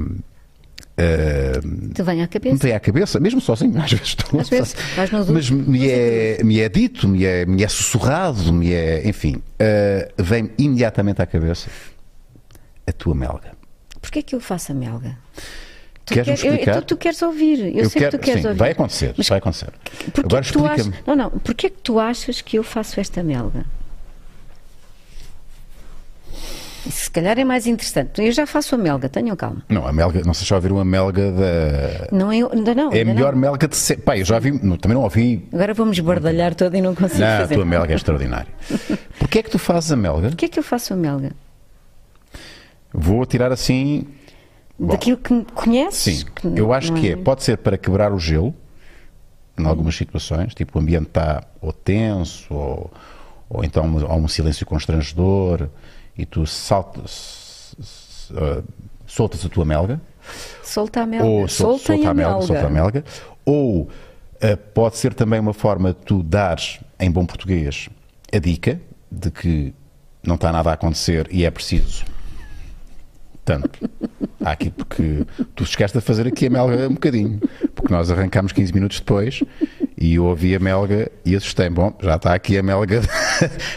Speaker 1: eh,
Speaker 3: Te vem à
Speaker 1: me
Speaker 3: cabeça.
Speaker 1: vem à cabeça, mesmo sozinho, às vezes estou
Speaker 3: Às vezes,
Speaker 1: sozinho.
Speaker 3: estás no adulto,
Speaker 1: mas me é, me é dito, me é, me é sussurrado, me é, enfim, eh, vem imediatamente à cabeça a tua melga.
Speaker 3: Porquê é que eu faço a melga? Tu,
Speaker 1: Queres-me
Speaker 3: quer- eu-
Speaker 1: explicar?
Speaker 3: tu, tu queres ouvir, eu, sei que tu queres
Speaker 1: sim,
Speaker 3: ouvir.
Speaker 1: vai acontecer,
Speaker 3: Mas
Speaker 1: vai acontecer.
Speaker 3: porquê
Speaker 1: Agora
Speaker 3: que tu achas,
Speaker 1: explica-me.
Speaker 3: Não, não, porquê é que tu achas que eu faço esta melga? Se calhar é mais interessante. Eu já faço a melga, tenham calma.
Speaker 1: Não, a melga, não sei se já ouviram a melga da.
Speaker 3: Não, eu, ainda não.
Speaker 1: É a
Speaker 3: ainda
Speaker 1: melhor
Speaker 3: não.
Speaker 1: melga de sempre. Pai, eu já vi, não, também não ouvi.
Speaker 3: Agora vou-me esbardalhar toda e não consigo
Speaker 1: Não, a
Speaker 3: fazer.
Speaker 1: tua melga é extraordinária. Porquê é que tu fazes a melga?
Speaker 3: Porquê é que eu faço a melga?
Speaker 1: Vou tirar assim. Bom,
Speaker 3: Daquilo que me conheces?
Speaker 1: Sim,
Speaker 3: que
Speaker 1: eu
Speaker 3: não-
Speaker 1: acho
Speaker 3: não
Speaker 1: que é. Pode ser para quebrar o gelo, em algumas situações, tipo o ambiente está ou tenso, ou, ou então há um silêncio constrangedor, e tu saltas, s- s- ah, soltas a tua melga,
Speaker 3: É um Solta a melga.
Speaker 1: ou sol-
Speaker 3: Soltem
Speaker 1: solta a melga, solta a melga, ou ah, pode ser também uma forma de tu dares, em bom português, a dica de que não está nada a acontecer e é preciso. Portanto, há aqui porque tu chegaste a fazer aqui a melga um bocadinho, porque nós arrancámos 15 minutos depois e eu ouvi a melga e assustei. Bom, já está aqui a melga,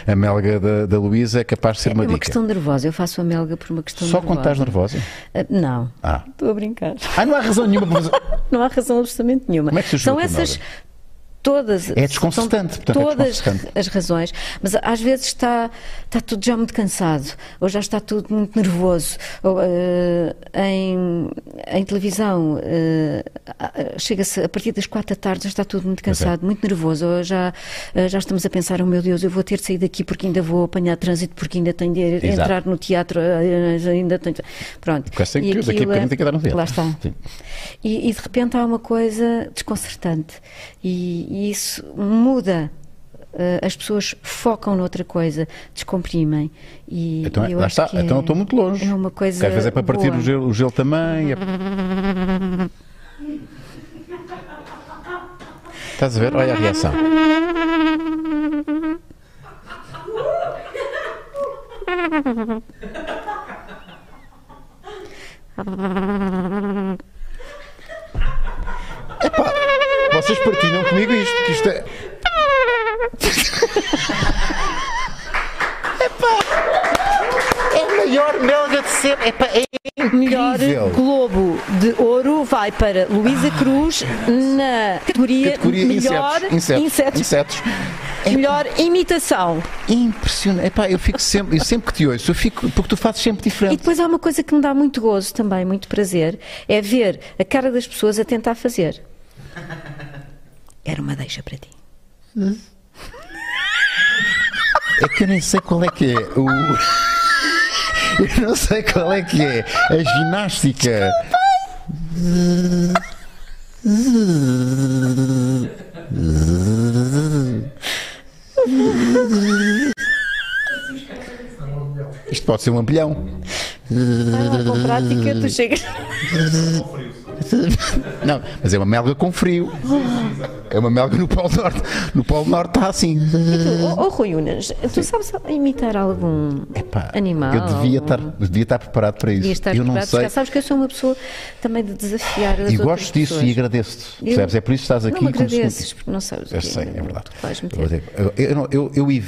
Speaker 1: a melga da, da Luísa, é capaz de ser
Speaker 3: É
Speaker 1: uma,
Speaker 3: uma
Speaker 1: dica.
Speaker 3: questão nervosa. Eu faço a melga por uma questão
Speaker 1: Só quando
Speaker 3: nervosa.
Speaker 1: estás nervosa.
Speaker 3: Ah, Não.
Speaker 1: Ah.
Speaker 3: Estou a brincar.
Speaker 1: ah, não há razão nenhuma para fazer.
Speaker 3: *laughs* Não há razão absolutamente nenhuma.
Speaker 1: Como é que surgiu
Speaker 3: São
Speaker 1: a tua
Speaker 3: essas todas
Speaker 1: É desconcertante,
Speaker 3: são
Speaker 1: portanto, é
Speaker 3: todas
Speaker 1: desconcertante.
Speaker 3: as razões, mas às vezes está está tudo já muito cansado, ou já está tudo muito nervoso, ou, eh, em, em televisão eh, a- a- chega-se a partir das quatro da tarde já está tudo muito
Speaker 1: é.
Speaker 3: cansado, muito nervoso, ou já eh, já estamos a pensar, oh meu Deus, eu vou ter de sair daqui porque ainda vou apanhar trânsito, porque ainda tenho de entrar no teatro, eh, ainda tenho de- pronto.
Speaker 1: Porque é assim
Speaker 3: E
Speaker 1: que eu daqui a
Speaker 3: aquilo é-
Speaker 1: bocadinho tenho que dar um dedo.
Speaker 3: Lá está.
Speaker 1: Sim.
Speaker 3: E, e de repente há uma coisa desconcertante. E, e isso muda. Eh, as pessoas focam noutra coisa, descomprimem. E,
Speaker 1: Então, é-
Speaker 3: e eu
Speaker 1: lá
Speaker 3: acho
Speaker 1: está.
Speaker 3: que
Speaker 1: então
Speaker 3: é-
Speaker 1: eu estou muito longe.
Speaker 3: É uma coisa.
Speaker 1: Porque Às vezes é para partir
Speaker 3: boa.
Speaker 1: o gelo, o gelo também. é- Estás a ver? Olha a reação. Epá, vocês partilham comigo isto, que isto é. Epá, é a maior melga de sempre. Epá, é
Speaker 5: Melhor
Speaker 1: Incrível. Ah,
Speaker 5: Globo de Ouro vai para Luísa Cruz na categoria,
Speaker 1: categoria
Speaker 5: melhor
Speaker 1: insetos, insetos,
Speaker 5: insetos,
Speaker 1: insetos.
Speaker 5: melhor imitação.
Speaker 1: Impressionante. Epá, eu fico sempre, eu sempre que te ouço, eu fico, porque tu fazes sempre
Speaker 3: E
Speaker 1: diferente.
Speaker 3: depois há uma coisa que me dá muito gozo também, muito prazer, é ver a cara das pessoas a tentar fazer. Era uma deixa para ti.
Speaker 1: É que eu nem sei qual é que é o. *laughs* Eu não sei qual é que é a ginástica. Isto pode ser um ampilhão.
Speaker 3: Ah, com prática, tu chegas.
Speaker 1: Não, mas é uma melga com frio. É uma melga no Polo Norte. No Polo Norte está assim.
Speaker 3: *laughs* Oh, oh, Rui Unas, tu sabes imitar algum
Speaker 1: Epá,
Speaker 3: animal?
Speaker 1: Eu devia estar, devia estar preparado para isso.
Speaker 3: Devias estar
Speaker 1: eu não
Speaker 3: preparado.
Speaker 1: sei.
Speaker 3: Já sabes que eu sou uma pessoa também de desafiar as
Speaker 1: E
Speaker 3: outras
Speaker 1: gosto disso
Speaker 3: pessoas.
Speaker 1: e agradeço-te.
Speaker 3: Eu-
Speaker 1: Percebes? É por isso que estás aqui.
Speaker 3: Não me
Speaker 1: como se-
Speaker 3: agradeces, porque não sabes o
Speaker 1: Eu
Speaker 3: que
Speaker 1: sei, é
Speaker 3: ainda
Speaker 1: verdade.
Speaker 3: Vais meter.
Speaker 1: Eu, eu, não- eu, eu evito